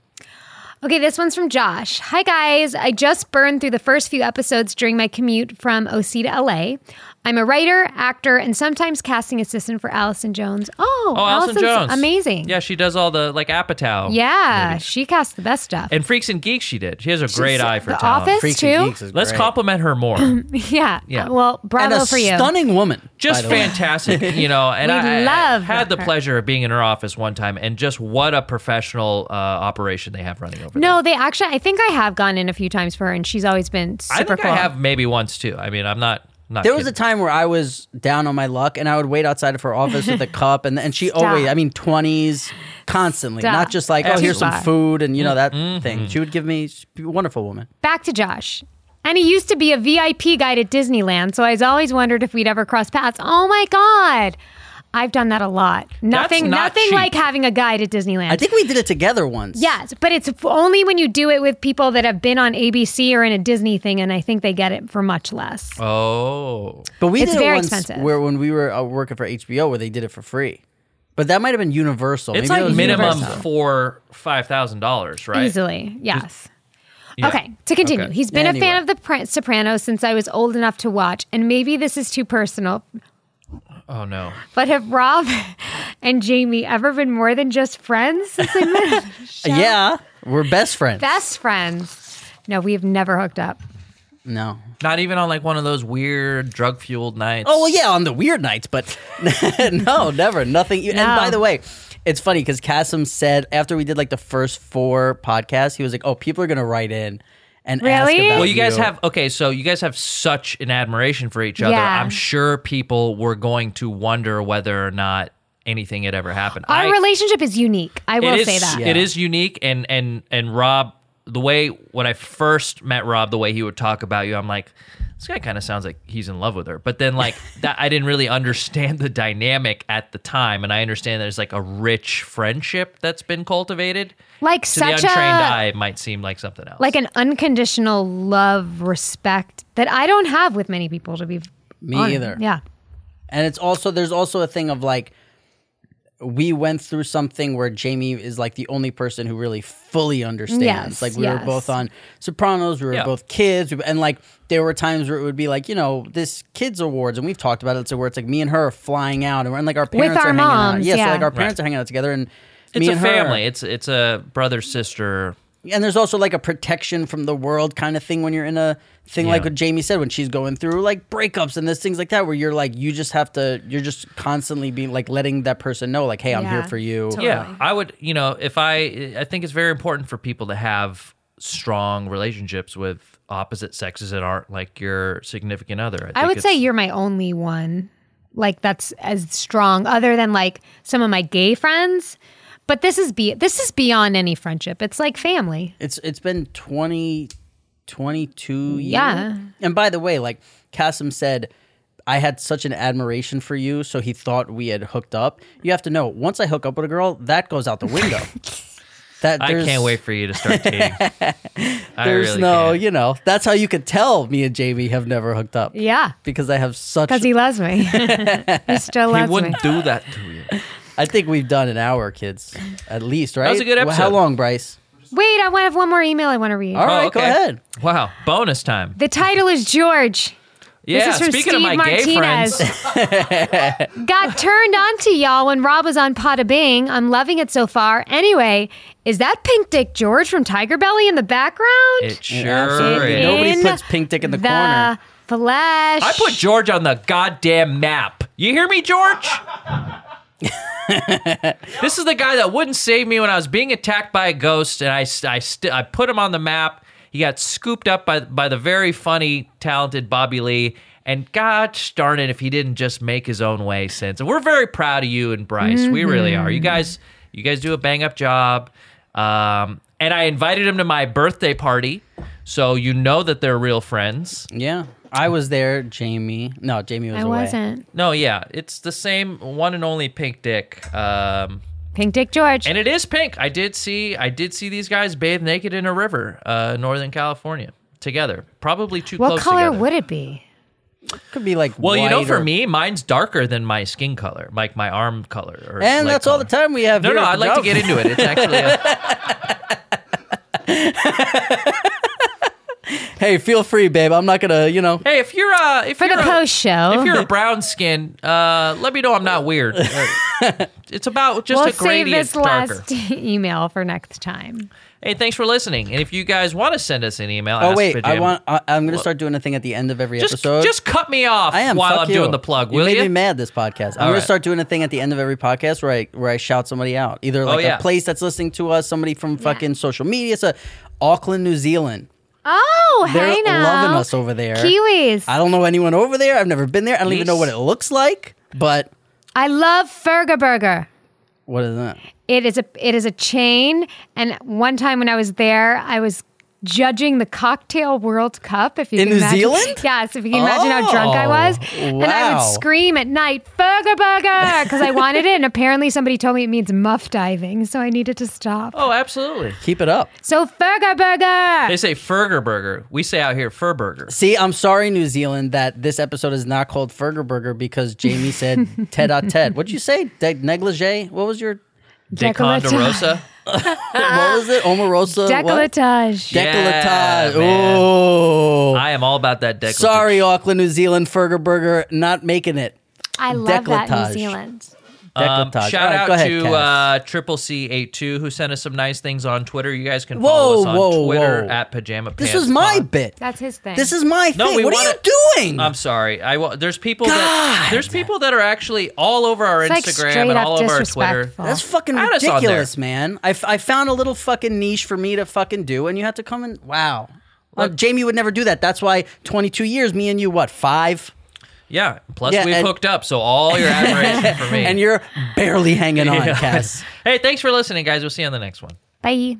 Speaker 2: Okay, this one's from Josh. Hi, guys. I just burned through the first few episodes during my commute from OC to LA. I'm a writer, actor, and sometimes casting assistant for Allison Jones. Oh,
Speaker 3: Oh, Allison
Speaker 2: Allison's
Speaker 3: Jones.
Speaker 2: Amazing.
Speaker 3: Yeah, she does all the like Apatow.
Speaker 2: Yeah, she casts the best stuff.
Speaker 3: And Freaks and Geeks she did. She has a great eye for
Speaker 2: The
Speaker 3: talent.
Speaker 2: Office?
Speaker 1: freaks
Speaker 2: true.
Speaker 1: and geeks is
Speaker 3: Let's
Speaker 1: great.
Speaker 3: compliment her more.
Speaker 2: yeah.
Speaker 3: Yeah.
Speaker 2: Well,
Speaker 1: and
Speaker 2: bravo
Speaker 1: a
Speaker 2: for you.
Speaker 1: stunning woman
Speaker 3: Just
Speaker 1: by the way.
Speaker 3: fantastic, you know. And
Speaker 2: We
Speaker 3: I, I
Speaker 2: love
Speaker 3: had the
Speaker 2: her.
Speaker 3: pleasure of being in her office one time, and just what a professional uh, operation they have running over there.
Speaker 2: No, they actually. I think I have gone in a few times for her, and she's always been super
Speaker 3: I think
Speaker 2: cool.
Speaker 3: I have maybe once too. I mean, I'm not not.
Speaker 1: there was a
Speaker 3: kidding.
Speaker 1: time where I was down on my luck, and I would wait outside of her office with a cup, and and she always, I mean, twenties, constantly,
Speaker 2: Stop.
Speaker 1: not just like, oh,
Speaker 2: Too
Speaker 1: here's some
Speaker 2: far.
Speaker 1: food, and you know that thing. She would give me she's a wonderful woman.
Speaker 2: Back to Josh. And he used to be a VIP guide at Disneyland, so I was always wondered if we'd ever cross paths. Oh my God. I've done that a lot. Nothing,
Speaker 3: not
Speaker 2: nothing
Speaker 3: cheap.
Speaker 2: like having a guide at Disneyland.
Speaker 1: I think we did it together once.
Speaker 2: yes, but it's f- only when you do it with people that have been on ABC or in a Disney thing, and I think they get it for much less.
Speaker 3: Oh.
Speaker 1: But we
Speaker 2: It's
Speaker 1: did
Speaker 2: very
Speaker 1: it once
Speaker 2: expensive.
Speaker 1: where when we were uh, working for HBO where they did it for free. But that might have been Universal.
Speaker 3: It's
Speaker 1: Maybe it
Speaker 3: like
Speaker 1: was
Speaker 3: minimum
Speaker 1: Universal.
Speaker 3: four five thousand dollars, right?
Speaker 2: Easily, yes. Okay, to continue.
Speaker 3: Okay.
Speaker 2: He's been a fan
Speaker 1: Anyway.
Speaker 2: of The Prin- Sopranos since I was old enough to watch, and maybe this is too personal,
Speaker 3: Oh no.
Speaker 2: but have Rob and Jamie ever been more than just friends since they met? on the show?
Speaker 1: Yeah, we're best friends.
Speaker 2: Best friends. No, we have never hooked up.
Speaker 1: no.
Speaker 3: Not even on like one of those weird drug fueled nights.
Speaker 1: Oh well, yeah, on the weird nights, but no, never, nothing. And
Speaker 2: No.
Speaker 1: by the way, it's funny because Casim said after we did like the first four podcasts, he was like, "Oh, people are gonna write in and ask
Speaker 2: Really?
Speaker 1: about."
Speaker 3: Well, you guys have okay. So you guys have such an admiration for each other.
Speaker 2: Yeah.
Speaker 3: I'm sure people were going to wonder whether or not anything had ever happened.
Speaker 2: Our
Speaker 3: I-
Speaker 2: relationship is unique. I will
Speaker 3: it is
Speaker 2: say that.
Speaker 3: it is unique, and and and Rob, the way when I first met Rob, the way he would talk about you, I'm like, this guy kind of sounds like he's in love with her. But then like that, I didn't really understand the dynamic at the time, and I understand there's like a rich friendship that's been cultivated.
Speaker 2: Like
Speaker 3: to
Speaker 2: such
Speaker 3: the untrained
Speaker 2: a
Speaker 3: eye, it might seem like something else.
Speaker 2: like an unconditional love, respect that I don't have with many people to be
Speaker 1: me
Speaker 2: honest.
Speaker 1: either.
Speaker 2: Yeah.
Speaker 1: And it's also there's also a thing of like we went through something where Jamie is like the only person who really fully understands.
Speaker 2: Yes,
Speaker 1: like we
Speaker 2: yes.
Speaker 1: were both on Sopranos, we were
Speaker 3: Yeah.
Speaker 1: both kids, we- and like there were times where it would be like you know this kids awards, and we've talked about it. So where it's like me and her are flying out, and, we're, and like our parents
Speaker 2: our
Speaker 1: are hanging out.
Speaker 2: moms,
Speaker 1: Yeah,
Speaker 2: yeah.
Speaker 1: so like our parents are hanging out together, and
Speaker 3: it's
Speaker 1: me
Speaker 3: a
Speaker 1: and her-
Speaker 3: family. It's it's a brother sister
Speaker 1: and there's also like a protection from the world kind of thing when you're in a thing like
Speaker 3: Yeah.
Speaker 1: what Jamie said when she's going through like breakups and this things like that where you're like you just have to you're just constantly being like letting that person know like hey I'm
Speaker 2: Yeah,
Speaker 1: here for you
Speaker 2: totally.
Speaker 3: Yeah, I would. You know, if I, I think it's very important for people to have strong relationships with opposite sexes that aren't like your significant other.
Speaker 2: I
Speaker 3: think
Speaker 2: would say
Speaker 3: it's-
Speaker 2: you're my only one. Like that's as strong, other than like some of my gay friends. But this is be this is beyond any friendship. It's like family.
Speaker 1: it's it's been 20 22 years
Speaker 2: Yeah.
Speaker 1: and by the way like Kasim said I had such an admiration for you so he thought we had hooked up you have to know once I hook up with a girl that goes out the window that
Speaker 3: I
Speaker 1: there's-
Speaker 3: can't wait for you to start dating. I
Speaker 1: There's
Speaker 3: really
Speaker 1: no,
Speaker 3: can't.
Speaker 1: you know, that's how you could tell me and Jamie have never hooked up.
Speaker 2: Yeah.
Speaker 1: Because I have such.
Speaker 2: Because he loves me. he still
Speaker 3: He
Speaker 2: loves me.
Speaker 3: wouldn't do that to you.
Speaker 1: I think we've done an hour, kids, at least, right?
Speaker 3: was a good
Speaker 1: Well, How
Speaker 3: episode.
Speaker 1: long, Bryce?
Speaker 2: Wait, I want- have one more email I want to read.
Speaker 1: All right,
Speaker 3: Oh,
Speaker 1: go
Speaker 3: okay.
Speaker 1: ahead.
Speaker 3: Wow, bonus time.
Speaker 2: The title is George.
Speaker 3: Yeah,
Speaker 2: this is from
Speaker 3: speaking
Speaker 2: Steve
Speaker 3: of my gay
Speaker 2: Martinez.
Speaker 3: friends,
Speaker 2: Got turned on to y'all when Rob was on Pada Bing. I'm loving it so far. Anyway, is that Pink Dick George from Tiger Belly in the background?
Speaker 3: it sure
Speaker 1: Absolutely.
Speaker 3: is.
Speaker 1: Nobody
Speaker 2: In
Speaker 1: puts Pink Dick in the
Speaker 2: the
Speaker 1: corner.
Speaker 2: flesh.
Speaker 3: I put George on the goddamn map. You hear me, George? this is the guy that wouldn't save me when I was being attacked by a ghost, and I s- I, st- I put him on the map. He got scooped up by by the very funny, talented Bobby Lee. And God darn it, if he didn't just make his own way since. And we're very proud of you and Bryce. We really are. You guys, you guys do a bang up job. Um, and I invited him to my birthday party, so you know that they're real friends.
Speaker 1: Yeah. I was there, Jamie. No, Jamie was
Speaker 2: I
Speaker 1: away.
Speaker 2: wasn't.
Speaker 3: No, yeah, it's the same one and only pink dick. Um,
Speaker 2: Pink Dick George.
Speaker 3: and it is pink. I did see, I did see these guys bathe naked in a river, uh, Northern California, together. Probably too
Speaker 2: what
Speaker 3: close.
Speaker 2: color
Speaker 3: together.
Speaker 2: would it be?
Speaker 1: Could be like.
Speaker 3: Well, you know,
Speaker 1: white
Speaker 3: for
Speaker 1: or-
Speaker 3: me, mine's darker than my skin color, like my arm color. Or
Speaker 1: And
Speaker 3: leg
Speaker 1: that's all
Speaker 3: color.
Speaker 1: the time we have.
Speaker 3: uh, No,
Speaker 1: here
Speaker 3: no,
Speaker 1: at
Speaker 3: I'd
Speaker 1: the
Speaker 3: like to
Speaker 1: job.
Speaker 3: get into it. It's actually uh, a,
Speaker 1: Hey, feel free, babe. I'm not gonna, you know.
Speaker 3: hey, if you're uh, if
Speaker 2: For
Speaker 3: you're
Speaker 2: the
Speaker 3: a-
Speaker 2: post show.
Speaker 3: if you're a brown skin, uh, let me know I'm not weird. Uh, it's about just
Speaker 2: we'll
Speaker 3: a
Speaker 2: save
Speaker 3: gradient
Speaker 2: this
Speaker 3: darker.
Speaker 2: last email for next time.
Speaker 3: Hey, thanks for listening. And if you guys want to send us an email,
Speaker 1: Oh
Speaker 3: ask
Speaker 1: wait, I
Speaker 3: Pajama-
Speaker 1: want. I, I'm gonna start doing a thing at the end of every
Speaker 3: just
Speaker 1: episode.
Speaker 3: just cut me off
Speaker 1: I am
Speaker 3: while
Speaker 1: fuck
Speaker 3: I'm
Speaker 1: you.
Speaker 3: doing the plug,
Speaker 1: You
Speaker 3: will
Speaker 1: made
Speaker 3: you?
Speaker 1: me mad this podcast. I'm
Speaker 3: All
Speaker 1: gonna
Speaker 3: right.
Speaker 1: start doing a thing at the end of every podcast where I where I shout somebody out, either like
Speaker 3: Oh, yeah.
Speaker 1: a place that's listening to us, somebody from fucking social media. So Auckland, New Zealand,
Speaker 2: Oh,
Speaker 1: they're
Speaker 2: hey now.
Speaker 1: loving us over there.
Speaker 2: Kiwis.
Speaker 1: I don't know anyone over there. I've never been there. I don't even know what it looks like. But
Speaker 2: I love Ferga Burger.
Speaker 1: what is that?
Speaker 2: It is a it is a chain. And one time when I was there, I was judging the cocktail World Cup. If you
Speaker 1: In
Speaker 2: can
Speaker 1: New
Speaker 2: imagine.
Speaker 1: Zealand? Oh,
Speaker 2: yes. If you can imagine how drunk I was, and I
Speaker 1: wow.
Speaker 2: would scream at night, "Burger, burger," because I wanted it. And apparently, somebody told me it means muff diving, so I needed to stop.
Speaker 3: Oh, absolutely.
Speaker 1: Keep it up.
Speaker 2: So, burger, burger.
Speaker 3: They say Ferger Burger. We say out here Fur Burger.
Speaker 1: See, I'm sorry, New Zealand, that this episode is not called Ferger Burger because Jamie said tete a tete. What'd you say? De- negligee? What was your,
Speaker 3: De
Speaker 2: Decollete-
Speaker 3: Condorosa.
Speaker 1: what was it? Omarosa? What?
Speaker 2: Decolletage.
Speaker 1: Decolletage.
Speaker 3: Yeah, man.
Speaker 1: Ooh.
Speaker 3: I am all about that decollete.
Speaker 1: Oh. Sorry, Auckland, New Zealand, Ferger Burger, not making it.
Speaker 2: I love that
Speaker 1: Decolletage.
Speaker 2: New Zealand.
Speaker 3: Um,
Speaker 1: Decolletage.
Speaker 3: shout
Speaker 1: All right,
Speaker 3: out
Speaker 1: go ahead,
Speaker 3: to
Speaker 1: Cass.
Speaker 3: uh, Triple C eight two who sent us some nice things on Twitter. You guys can
Speaker 1: Whoa,
Speaker 3: follow us on
Speaker 1: whoa,
Speaker 3: Twitter
Speaker 1: whoa.
Speaker 3: at Pajama
Speaker 1: This
Speaker 3: Pants
Speaker 1: was my
Speaker 3: Pod.
Speaker 1: bit.
Speaker 2: That's his thing.
Speaker 1: This is my
Speaker 3: No,
Speaker 1: thing.
Speaker 3: we
Speaker 1: What
Speaker 3: wanna-
Speaker 1: are you doing?
Speaker 3: I'm sorry. I wa- there's people that there's people that are actually all over our
Speaker 2: It's like
Speaker 3: Instagram
Speaker 2: straight
Speaker 3: and
Speaker 2: up
Speaker 3: all over our Twitter.
Speaker 2: disrespectful.
Speaker 1: That's fucking
Speaker 3: Add us on
Speaker 1: ridiculous, man. I, f- I found a little fucking niche for me to fucking do, and you had to come and wow. Uh, Jamie would never do that. That's why 22 years, me and you, what, five?
Speaker 3: Yeah. Plus
Speaker 1: Yeah,
Speaker 3: we've
Speaker 1: and-
Speaker 3: hooked up, so all your admiration for me.
Speaker 1: And you're barely hanging on, Cass.
Speaker 3: hey, thanks for listening, guys. We'll see you on the next one.
Speaker 2: Bye.